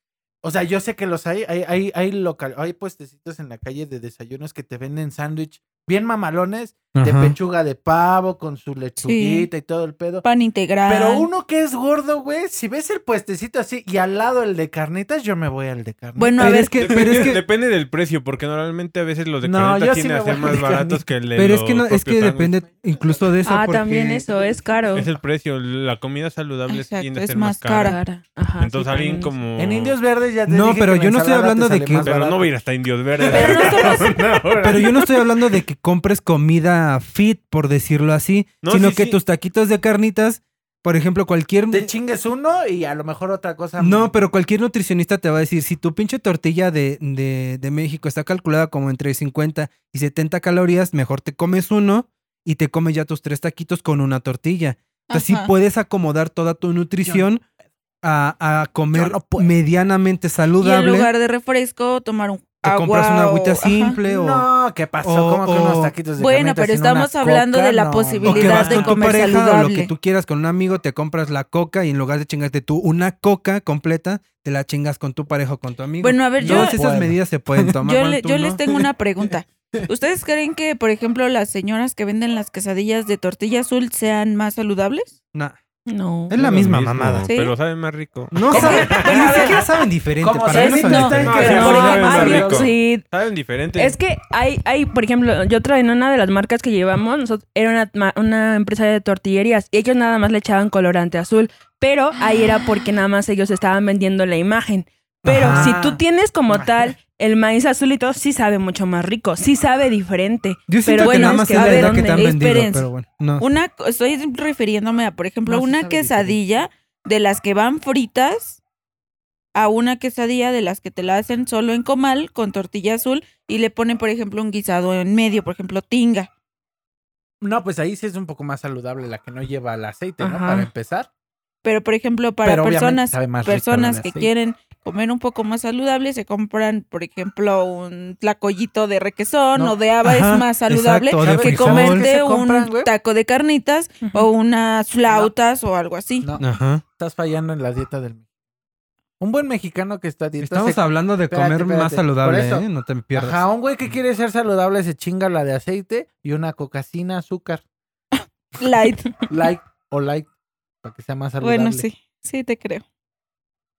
O sea, yo sé que los hay, hay, hay, hay local, hay puestecitos en la calle de desayunos que te venden sándwich bien mamalones, de Ajá. pechuga de pavo, con su lechuguita y todo el pedo. Pan integral. Pero uno que es gordo, güey, si ves el puestecito así y al lado el de carnitas, yo me voy al de carnitas. Bueno, a Pero ver, es que, pero Depende, es que, depende del precio, porque normalmente a veces los de No, 40 yo sí tienden me a ser voy a más la baratos que el de pero es los que, no- es que propios depende sándwiches. incluso de eso. Ah, también porque- eso, es caro. Es el precio. La comida saludable Exacto, tiende a es ser más más cara. cara. Cara. Ajá, Entonces sí, alguien también. como... en Indios Verdes ya te No, dije pero que la yo no estoy ensalada te hablando de sale que- más Pero no barata. voy a ir hasta Indios Verdes. Pero no somos- Pero yo no estoy hablando de que compres comida fit, por decirlo así, No, sino sí, que sí. tus taquitos de carnitas, por ejemplo, cualquier... Te chingues uno y a lo mejor otra cosa. No, pero cualquier nutricionista te va a decir, si tu pinche tortilla de, de, de México está calculada como entre 50 y 70 calorías, mejor te comes uno y te comes ya tus tres taquitos con una tortilla. Entonces este sí Ajá. puedes acomodar toda tu nutrición a, a comer medianamente Y en saludable. lugar de refresco, tomar un te agua. compras una agüita o- ajá. simple o... No, ¿qué pasó? o- ¿Cómo que unos o- taquitos de Bueno, carnitas pero sin una estamos hablando de la no, O que posibilidad vas de con tu comer pareja o lo saludable. que tú quieras con un amigo, te compras la coca y en lugar de chingarte tú una coca completa, te la chingas con tu pareja o con tu amigo. Bueno, a ver, yo, Todas esas Bueno. medidas se pueden tomar. yo, Juan, le- tú yo no. les tengo una pregunta. ¿Ustedes creen que, por ejemplo, las señoras que venden las quesadillas de tortilla azul sean más saludables? Nah, No. Es la lo misma mismo, mamada. ¿Sí? Pero sabe más rico. No saben, ni siquiera saben diferente. ¿Cómo para se mí dice? saben diferente. No, no, pero, no, por no, ejemplo, no, hay- no, rico. sí. Saben diferente. Es que hay, hay, por ejemplo, yo traía en una de las marcas que llevamos, nosotros- era una, ma- una empresa de tortillerías y ellos nada más le echaban colorante azul, pero ahí era porque nada más ellos estaban vendiendo la imagen. Pero Ajá. si tú tienes como tal el maíz azul y todo, sí sabe mucho más rico, sí sabe diferente. Yo siento Pero que bueno, nada es más que- es a la ver, idea que te ¿dónde? han vendido, Espérense. pero bueno. No. Una, co- estoy refiriéndome a, por ejemplo, Ah. No se una sabe diferente. quesadilla de las que van fritas a una quesadilla de las que te la hacen solo en comal con tortilla azul y le ponen, por ejemplo, un guisado en medio, por ejemplo, tinga. No, pues ahí sí es un poco más saludable la que no lleva el aceite, ¿no? Ajá. Para empezar. Pero, por ejemplo, para Pero obviamente personas, sabe más rica personas con que aceite. quieren comer un poco más saludable, se compran, por ejemplo, un tlacoyito de requesón No. o de haba es Ajá, más saludable exacto, de que frijol. ¿Qué comerte se compran, un güey? taco de carnitas o unas flautas o algo así. No, Ajá. estás fallando en la dieta del mexicano. Un buen mexicano que está a dieta. Estamos se- hablando de Espérate, comer más espérate. saludable, Por eso. ¿eh? No te pierdas. Ajá, un güey que quiere ser saludable se chinga la de aceite y una cocasina azúcar. Light. Like o like. Para que sea más saludable. Bueno, sí, sí te creo.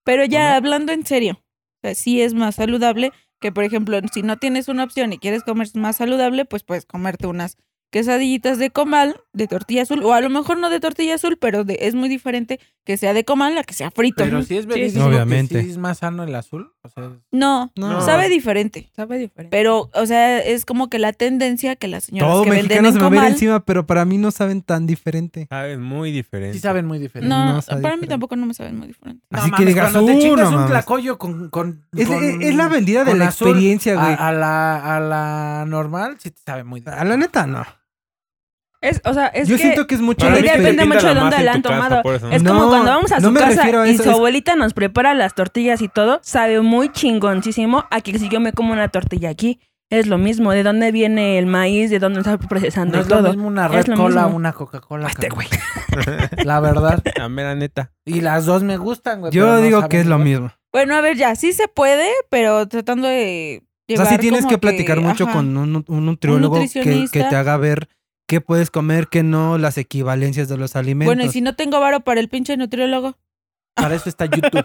Pero ya hablando en serio, o sea, sí es más saludable que, por ejemplo, si no tienes una opción y quieres comer más saludable, pues puedes comerte unas quesadillitas de comal, de tortilla azul, o a lo mejor no de tortilla azul, pero de- es muy diferente que sea de comal a que sea frito. Pero si es verídico Obviamente. que sí es más sano el azul. O sea, No, No. sabe diferente. Sabe diferente. Pero, o sea, es como que la tendencia que las señoras Todo que venden mexicano en se me va a ir comal... encima, pero para mí no saben tan diferente. Saben Ah, muy diferente. sí saben muy diferente. No, No no, sabe para mí diferente. tampoco no me saben muy diferente. No Así mames, que digas, cuando te "Uh, chingas no un mames". tlacoyo con... con, Es, con- es- es la vendida de con la azul ah, experiencia, güey. A, a la, a la normal sí te sabe muy A diferente. Ah, la neta, no. Es, o sea, es Yo que siento que es mucho Para la mí experiencia. depende mucho de Píntala dónde más en la han tu casa, tomado. por eso, ¿no? Es No, como cuando vamos a no su me refiero casa a y eso, su es- abuelita nos prepara las tortillas y todo, sabe muy chingoncísimo a que si yo me como una tortilla aquí. Es lo mismo, de dónde viene el maíz, de dónde está procesando No y es lo todo. mismo una Es Red lo Cola mismo. una Coca-Cola. Este cabrón. güey. La verdad. La mera neta. Y las dos me gustan, güey. Yo pero no digo saben que es lo igual. mismo. Bueno, a ver, ya, sí se puede, pero tratando de. O sea, llevar sí tienes como que platicar mucho ajá. con un, un nutriólogo que- que, nutricionista. te haga ver qué puedes comer, qué no, las equivalencias de los alimentos. Bueno, y si no tengo varo para el pinche nutriólogo. Para eso está YouTube.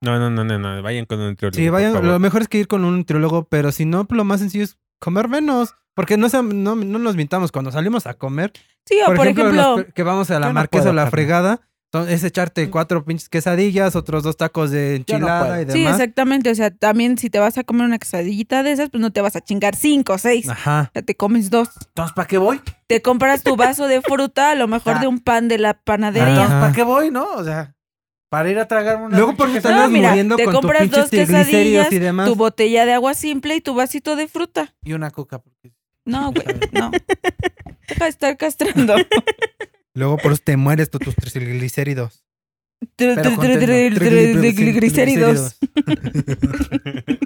No, no, no, no, no. Vayan con un nutriólogo. Sí, por vayan, favor. lo mejor es que ir con un nutriólogo, pero si no, lo más sencillo es comer menos. Porque no, sea- no, no nos mintamos, cuando salimos a comer, Sí, o por, ejemplo, los ejemplo, pe- que vamos a la yo no marquesa o puedo, la carnal. fregada, son- es echarte cuatro pinches quesadillas, otros dos tacos de Yo no enchilada puedo. y demás. sí, exactamente. O sea, también si te vas a comer una quesadillita de esas, pues no te vas a chingar cinco o seis. O Ajá. sea, te comes dos. Entonces, ¿para qué voy? Te compras tu vaso de fruta, a lo mejor Ah. de un pan de la Entonces, panadería. Ajá. ¿para qué voy, no? O sea, para ir a tragarme una. Luego pinche porque te quesadilla. andas mira, muriendo te con tus compras pinches dos quesadillas, triglicéridos y demás. Tu botella de agua simple y tu vasito de fruta. Y una coca. porque- No, güey, no. Deja de estar castrando. Luego por eso te mueres tú, tus triglicéridos. Tru- Pero tru- tru- contento. tru- tru- Triglicéridos.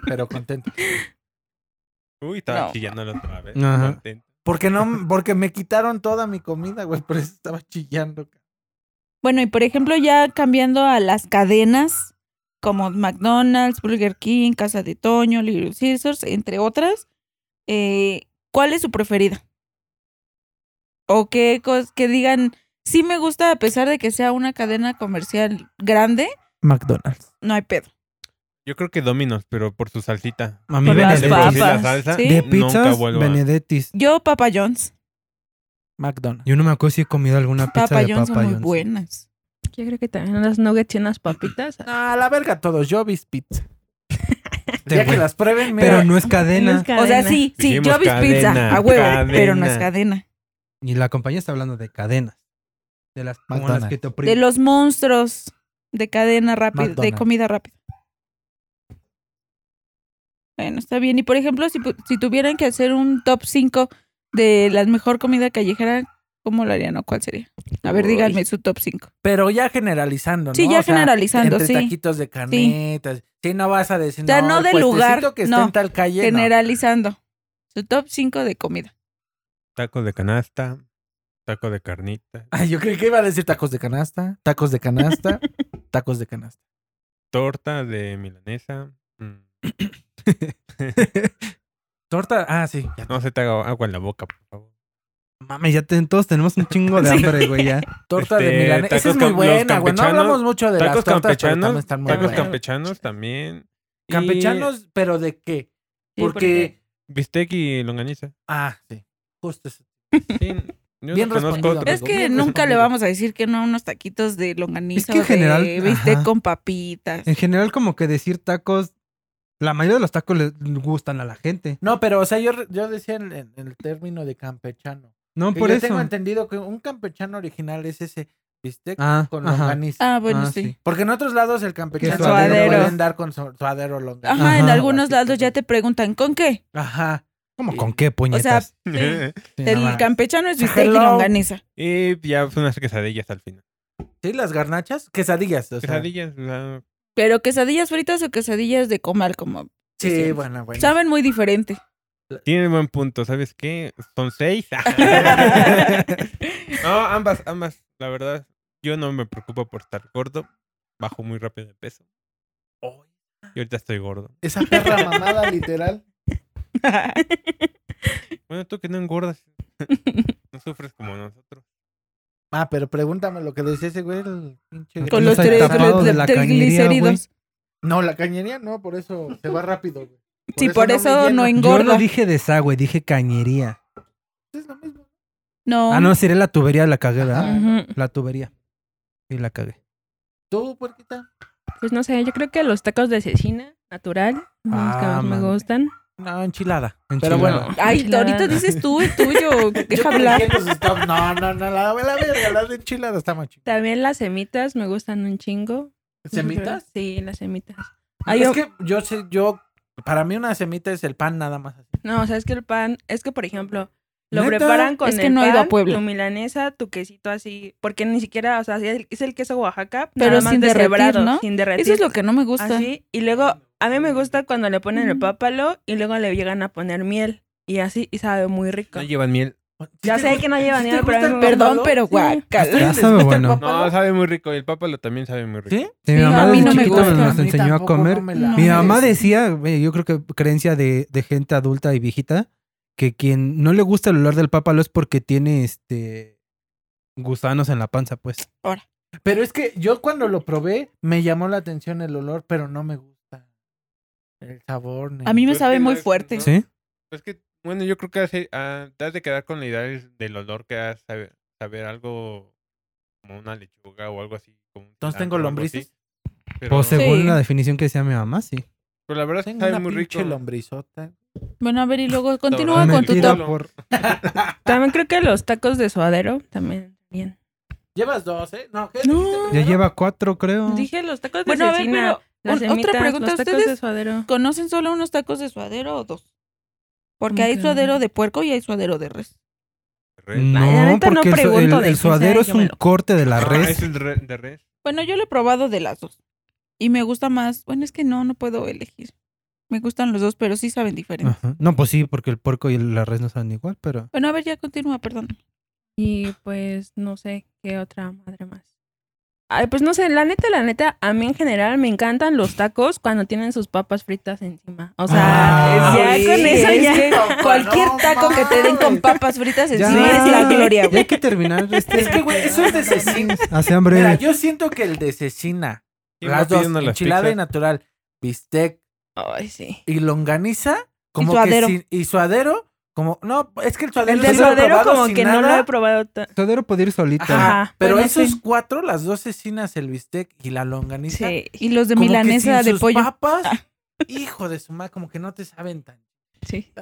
Pero contento. Uy, estaba No. chillando la otra vez. Ajá. Contento. Porque no, porque me quitaron toda mi comida, güey. Por eso estaba chillando. ca- Bueno, y por ejemplo, ya cambiando a las cadenas como McDonald's, Burger King, Casa de Toño, Little Caesars, entre otras, eh, ¿cuál es su preferida? O qué cos- que digan, sí me gusta a pesar de que sea una cadena comercial grande, McDonald's. no hay pedo. Yo creo que Dominos, pero por su salsita. A mí Por las Benedetti's. Benedetti's. Sí, papas, la salsa, ¿sí? De Nunca pizzas, vuelvo a- Benedetti's. Yo, Papa John's. McDonald's. Yo no me acuerdo si he comido alguna pizza Papa de John's Papa son muy John's. buenas. Yo creo que también unas nuggets y unas papitas. Ah, la verga todos. Yo bis pizza. Te Ya que güey. las prueben, mira. Pero no es cadena. Unas cadenas. O sea, sí, sí, Dijimos yo vi pizza, cadena, a huevo, pero no es cadena. cadena. Y la compañía está hablando de cadenas. De las, como las McDonald's. que te De oprimen. los monstruos de cadena rápida, de McDonald's. comida rápida. Bueno, está bien. Y por ejemplo, si, pu- si tuvieran que hacer un top 5 de la mejor comida callejera, ¿cómo lo harían o cuál sería? A ver, Uy. díganme su top 5. Pero ya generalizando, ¿no? Sí, ya O sea, generalizando, entre sí. taquitos de canetas. Sí. no vas a decir, O sea, no el de lugar, puestecito que está no. en tal calle. no. Generalizando. Su top 5 de comida. Tacos de canasta, taco de carnita, Ay, yo creí que iba a decir tacos de canasta, tacos de canasta, tacos de canasta. torta de milanesa. Mm, Torta, ah, sí. ya. No se te haga agua en la boca, por favor. Mames, ya ten- todos tenemos un chingo de hambre, güey, ya. Torta de Este, milanesa. Esa es tacos muy cam- buena, güey. los No campechanos- hablamos mucho de Tacos las tortas, pero también campechanos, están muy tacos buenas. campechanos también. y Campechanos, pero ¿de qué? Porque, Bistec y longaniza. ah, sí. Justo eso. Sí, yo Bien no conozco respondido, otro. amigo. Es que bien nunca le respondido. vamos a decir que no a unos taquitos de Es que longaniza en o de general, bistec ajá. con papitas. En general, como que decir tacos, la mayoría de los tacos les gustan a la gente. No, pero, o sea, yo, yo decía en, en- en el término de campechano. No, Que por yo eso. tengo entendido que un campechano original es ese bistec Ah, con ajá. longaniza. Ah, bueno, Ah, sí. sí. Porque en otros lados el campechano Que también suadero. pueden dar con su- suadero longaniza. Ajá, en Ajá. algunos lados ya te preguntan, ¿con qué? Ajá. ¿Cómo Sí. con qué O sea, puñetas? el campechano es bistec y Hello. longaniza. y ya son unas quesadillas al final. Sí, las garnachas, quesadillas. O sea, quesadillas, o sea, Pero quesadillas fritas o quesadillas de comal, como Sí, Sí, sí. bueno, bueno. saben muy diferente. Tiene buen punto, ¿sabes qué? Son seis. no, ambas, ambas. La verdad, yo no me preocupo por estar gordo. Bajo muy rápido de peso. Y ahorita estoy gordo. Esa Perra perra. mamada, literal. Bueno, tú que no engordas. No sufres como nosotros. ah, pero pregúntame lo que decía ese güey, el pinche. Con Con los los hay tres tapado de la cañería, güey. triglicéridos. No, la cañería no, por eso se va rápido, güey. Sí, por eso no me lleno. Yo no engorda. dije desagüe, dije cañería. Es lo mismo. No. Ah, no, sería la tubería, la cagué, ¿verdad? Ujú. La tubería. Y la cagué. Tú, puerquita. Pues no sé, yo creo que los tacos de cecina natural, son los que Ah, más me man. gustan. No, enchilada. Enchilada. Pero bueno. Ay, Enchiladas. ahorita dices tú el tuyo. Deja ¿Por hablar. qué nos estamos- No, no, no, la, la verga, la de enchilada está más chida. También las semitas me gustan un chingo. ¿Semitas? Sí, las semitas. Ay, Es yo- que yo sé, yo, para mí una semita es el pan nada más. así. No, o sea, es que el pan, es que por ejemplo, lo ¿Neta? preparan con Es que el no he pan, ido a Puebla. tu milanesa, tu quesito así, porque ni siquiera, o sea, es el- es el queso Oaxaca, Pero nada más sin derretir, deshebrado, ¿no? sin derretir. Eso es lo que no me gusta. Así, y luego a mí me gusta cuando le ponen el Mm. pápalo y luego le llegan a poner miel y así y sabe muy rico. No llevan miel. ya ¿Sí sé te que no lleva sí miel, te pero a mí gusta el me Perdón, gusta. pero Sí. guacala. Ya sabe bueno. No, sabe muy rico. Y el pápalo también sabe muy rico. ¿Sí? Sí, mi Sí, mamá a mí de no me chiquita gusta. nos A mí enseñó a tampoco comer. no me la- No. Mi mamá Sí. decía, güey, yo creo que creencia de, de gente adulta y viejita, que quien no le gusta el olor del pápalo es porque tiene este gusanos en la panza, pues. Pero es que yo cuando lo probé me llamó la atención el olor, pero no me gusta el sabor. ni- A mí me Yo sabe creo muy que- fuerte. ¿no? ¿Sí? Es Pues, que, bueno, yo creo que hace- ah, te has de quedar con la idea del, del olor que has saber, saber algo como una lechuga o algo así. Como un Entonces cilantro Ah, tengo o algo lombrices. así. Pero, O según Sí. la definición que decía mi mamá, sí. pero la verdad es que Tengo sabe una muy pinche rico. lombrizota. Bueno, a ver, y luego Ah, continúa con tu mentira. top. top. por- También creo que los tacos de suadero también. Bien. Llevas dos, ¿eh? No, ¿qué? No. Ya lleva cuatro, creo. Dije los tacos de Bueno, a ver, cecina, pero las un- otra semitas, pregunta, los tacos de ¿ustedes- suadero. ¿Conocen solo unos tacos de suadero o dos? Porque hay Ok. suadero de puerco y hay suadero de res. Ay, la No, neta no porque el su- el, pregunto el de quién suadero sabe, es un llámelo. corte de la Ah, res. es el re- de res. Bueno, yo lo he probado de las dos. Y me gusta más. Bueno, es que no, no puedo elegir. Me gustan los dos, pero sí saben diferente. Ah. Ajá. No, pues sí, porque el puerco y la res no saben igual, pero... Bueno, a ver, ya continúa, perdón. Y pues no sé qué otra madre más. Ay, pues no sé, la neta, la neta, a mí en general me encantan los tacos cuando tienen sus papas fritas encima. O sea, Ah, ya Sí, con eso es ya. que cualquier No taco que te den con mames. papas fritas Ya. encima es la gloria, Ya hay güey. que terminar este... Es que, güey, eso es de cecina. Hace Mira, hambre. yo siento que el de cecina, ¿Quién va las dos, pidiendo las enchilada y pizzas? natural, bistec Ay, sí. y longaniza, como suadero. que sin- y suadero, como no, es que el suadero El del sí lo he suadero probado como sin que no lo nada. he probado. ta- Suadero puede ir solito. Ajá, Ajá, pero bueno, esos sí. cuatro, las dos cecinas, el bistec y la longaniza, Sí, Y los de como que milanesa sin de sus pollo. papas, hijo de su madre, como que no te saben tan. sí.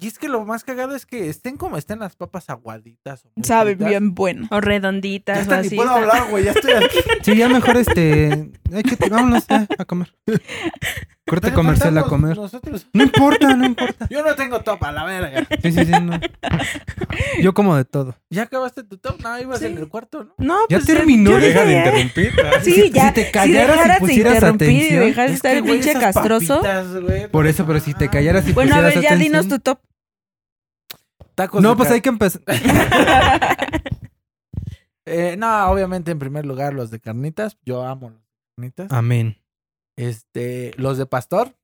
Y es que lo más cagado es que estén como estén las papas aguaditas. o muy Saben fritas. bien bueno. O Ya redonditas o hasta ni así. puedo está- hablar, güey, ya estoy aquí. Sí, ya mejor este. Hay que, vámonos ya a comer. Corte Pero comercial a estamos comer. Nosotros, No importa, no importa. yo no tengo topa, la verga. Sí, sí, sí, no. Yo como de todo. ¿Ya acabaste tu top? No, ibas Sí. en el cuarto, ¿no? No, Ya pues terminó, yo Deja de dije, ¿eh? interrumpir. ah, Sí, ya. si te callaras y dejaras de pusieras interrumpir atención, y dejaras de Es estar que, el güey, pinche esas castroso. papitas, güey, Por no eso, pero si te mames. callaras y Bueno, a ver, pusieras ya atención- dinos tu top. Tacos No, de pues ca- hay que empezar. Eh, no, obviamente, en primer lugar, los de carnitas. Yo amo los de carnitas. Amén. Este, los de pastor.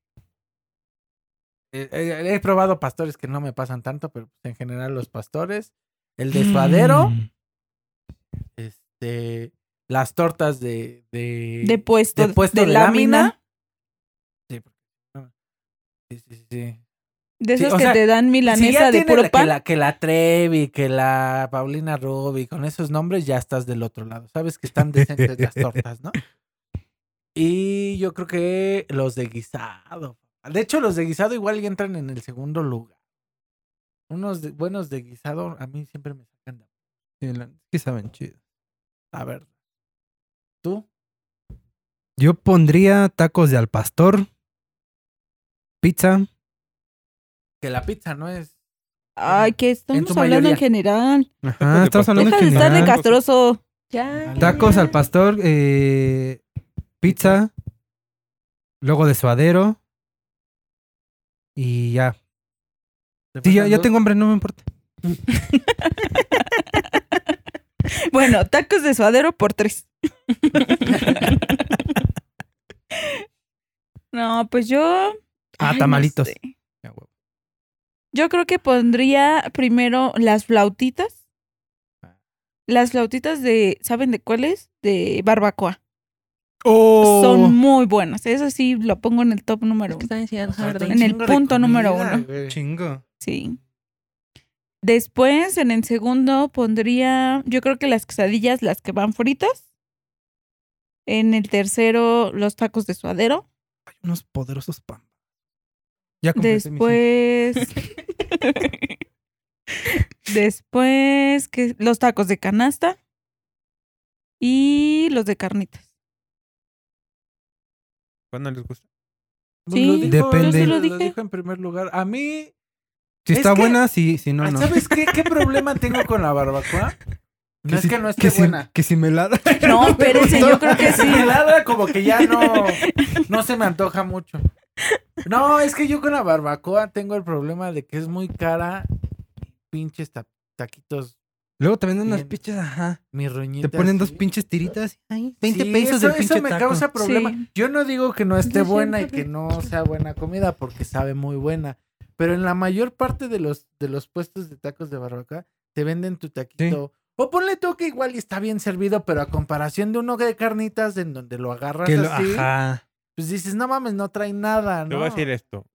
Eh, eh, he probado pastores que no me pasan tanto, pero pues, en general los pastores. El de suadero. Mm. Este, las tortas de... De, De puesto, de puesto de, de lámina. lámina. Sí, porque- ah, sí, sí, sí, sí. De Sí, esas o que sea, te dan Si ya milanesa de tiene puro la- pan. Que la, que la Trevi, que la Paulina Rubi, con esos nombres ya estás del otro lado. Sabes que están decentes las tortas, ¿no? Y yo creo que los de guisado. De hecho, los de guisado igual ya entran en el segundo lugar. Unos de- buenos de guisado a mí siempre me sacan de Sí, la- sí saben chido. A ver. ¿Tú? Yo pondría tacos de al pastor, pizza. Que la pizza no es. Ay, que estamos tu hablando mayoría. en general. Ah, Ajá, estamos pastor. hablando Deja en de estar de general. castroso. Ya. Tacos ya. al pastor, eh, pizza, luego de suadero. Y ya. ¿Te Sí, ya, faltan ya dos? tengo hambre, no me importa. Bueno, tacos de suadero por tres. no, pues yo. Ah, Ay, no tamalitos. sé. Yo creo que pondría primero las flautitas. Ah. Las flautitas de, ¿saben de cuáles? De barbacoa. ¡Oh! Son muy buenas. Eso sí, lo pongo en el top número Es uno. que están enseñando jardín. en el punto número uno. Chingo. Sí. Después, en el segundo, pondría, yo creo que las quesadillas, las que van fritas. En el tercero, los tacos de suadero. Unos poderosos pan. Ya completé mi cena. Después. Después, que los tacos de canasta y los de carnitas. ¿Cuándo les gusta? Sí, Depende. yo sí lo Lo dije. dijo en primer lugar. A mí, Si Es está que- Ah, buena, sí, si no, no. ¿sabes qué, qué problema tengo con la barbacoa? No es si- que no esté si- buena. que si me la da. No, espérense, yo creo que Si sí. me ladra, como que ya no, no se me antoja mucho. No, es que yo con la barbacoa tengo el problema de que es muy cara. Pinches ta- taquitos, Luego te venden unas Bien. pinches, ajá. mis Te roñitas. ponen dos sí. pinches tiritas. Ay, 20 Sí, pesos eso, del pinche eso me taco. causa problema. Sí. Yo no digo que no esté Yo buena y siempre que no sea buena comida porque sabe muy buena, pero en la mayor parte de los de los puestos de tacos de barbacoa te venden tu taquito o ponle toque igual y está bien servido, pero a comparación de uno de carnitas en donde lo agarras Que lo- así, ajá. pues dices, "No mames, no trae nada", Te ¿no? voy a decir esto.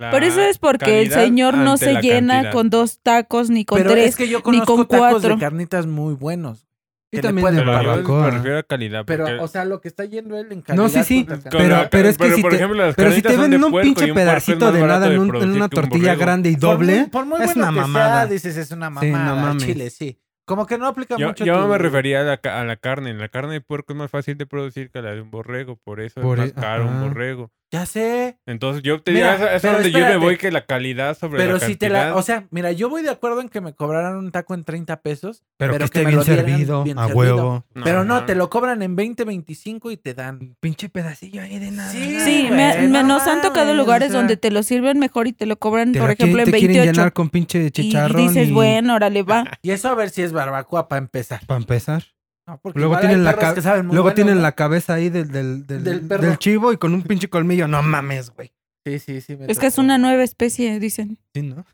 La Por eso es porque el Ah, calidad señor no ante se la llena cantidad. con dos tacos ni con pero tres. es que yo ni conozco con tacos cuatro. de carnitas muy buenos, Y que le también pueden de Pero yo me barbacoa. refiero a calidad. pero porque- o sea, lo que está yendo él en calidad No, sí, sí, contra con calidad. pero- la- pero es que si por te- ejemplo, las Pero si carnitas te son de venden un puerco y pinche puerco es pedacito más de barato nada en, un- en producir una que un tortilla borrego. grande y Por muy- doble. Por muy, es bueno una que sea, mamada. dices, es una Sí, no mamada. al mames. Chile, sí. Como que no aplica Yo, mucho. yo tu- me refería a la, ca- a la carne. La carne de puerco es más fácil de producir que la de un borrego. Por eso Por es e- más caro un ajá. borrego. Ya sé. Entonces yo te Mira, digo, eso es pero donde yo espérate. me voy que la calidad sobre Pero la si cantidad. te la. O sea, mira, yo voy de acuerdo en que me cobraran un taco en 30 pesos. Pero, pero que que esté me bien lo dieran servido, bien a servido. huevo. pero no, te lo cobran en 20, 25 y te dan. Pinche pedacillo ahí de nada. Sí, Sí, güey, me- me- no nos han tocado mames, lugares o sea. donde te lo sirven mejor y te lo cobran, Te, por la quieren- ejemplo, en te quieren 28. llenar con pinche Y chicharrón. dices, y- bueno, órale, va. Y eso a ver si es barbacoa para empezar. Para empezar. No, porque Luego igual hay tienen la perros ca- que saben muy Luego bueno, tienen ¿no? la cabeza ahí del, del, del, Del perro. del chivo y con un pinche colmillo. No mames, güey. Sí, sí, sí. me Es que es tocó. una nueva especie, dicen. Sí, ¿no?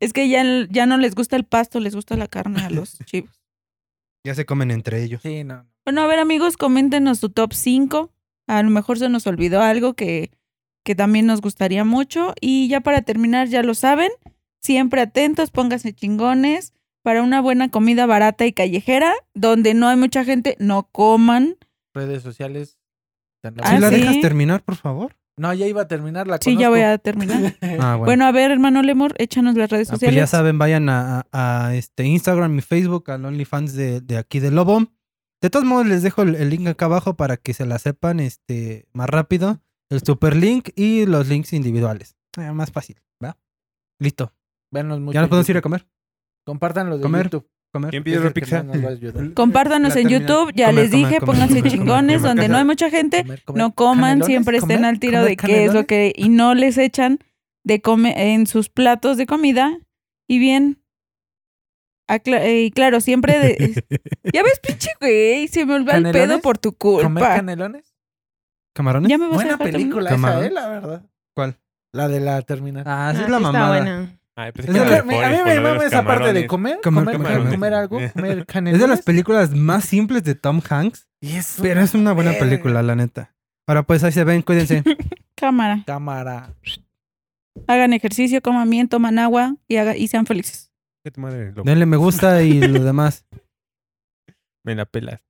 Es que ya, ya no les gusta el pasto, les gusta la carne a los chivos. ya se comen entre ellos. Sí, no. Bueno, a ver amigos, coméntenos su top 5. A lo mejor se nos olvidó algo que, que también nos gustaría mucho. Y ya para terminar, ya lo saben, siempre atentos, pónganse chingones. Para una buena comida barata y callejera, donde no hay mucha gente, no coman. Redes sociales. Ah, ¿Sí la sí. dejas terminar, por favor? No, ya iba a terminar la Sí, ya voy conozco. a terminar. Ah, bueno. Eh, Bueno, a ver, hermano Lemur, échanos las redes Ah, pues ya sociales. saben, vayan a, a- a, este Instagram y Facebook, al OnlyFans de, de aquí de Lobo. De todos modos, les dejo el, el link acá abajo para que se la sepan este, más rápido. El super link y los links individuales. Ah, más fácil, ¿va? Listo. Vernos mucho ya nos en podemos ir a YouTube. comer. Compártanlo de comer. YouTube. comer. ¿Quién Es pide el la que pizza? más nos va a ayudar. Compártanos La en terminal. YouTube, ya Comer, les comer, dije, comer, pónganse comer, chingones, comer, donde comer. no hay mucha gente, Comer, comer. no coman, Canelones, siempre estén comer, al tiro comer de qué es lo canelones. que y no les echan de come en sus platos de comida y bien acla- eh, y claro, siempre de Ya ves, pinche güey, se me olvidó el pedo ¿Canelones? por tu ¿Comer culpa. canelones? ¿Camarones? Ya me vas a Buena dejar terminar? película Camarón. esa, eh, la verdad. ¿Cuál? La de la terminal. Ah, esa Ah, es la sí está mamada. buena. Ay, pues, Es que de las- a me la mí pones con lo me de mama los esa parte de camarones. comer, Comer comer, camarones. comer, comer algo, comer Es canelones. de las películas más simples de Tom Hanks, Y es una pero es una Eh. buena verga. película, la neta. Ahora pues ahí se ven, cuídense. Cámara. Cámara. Hagan ejercicio, coman bien, toman agua y haga- y sean felices. Qué tu madre, loco. Denle me gusta y lo demás. Me la pelas.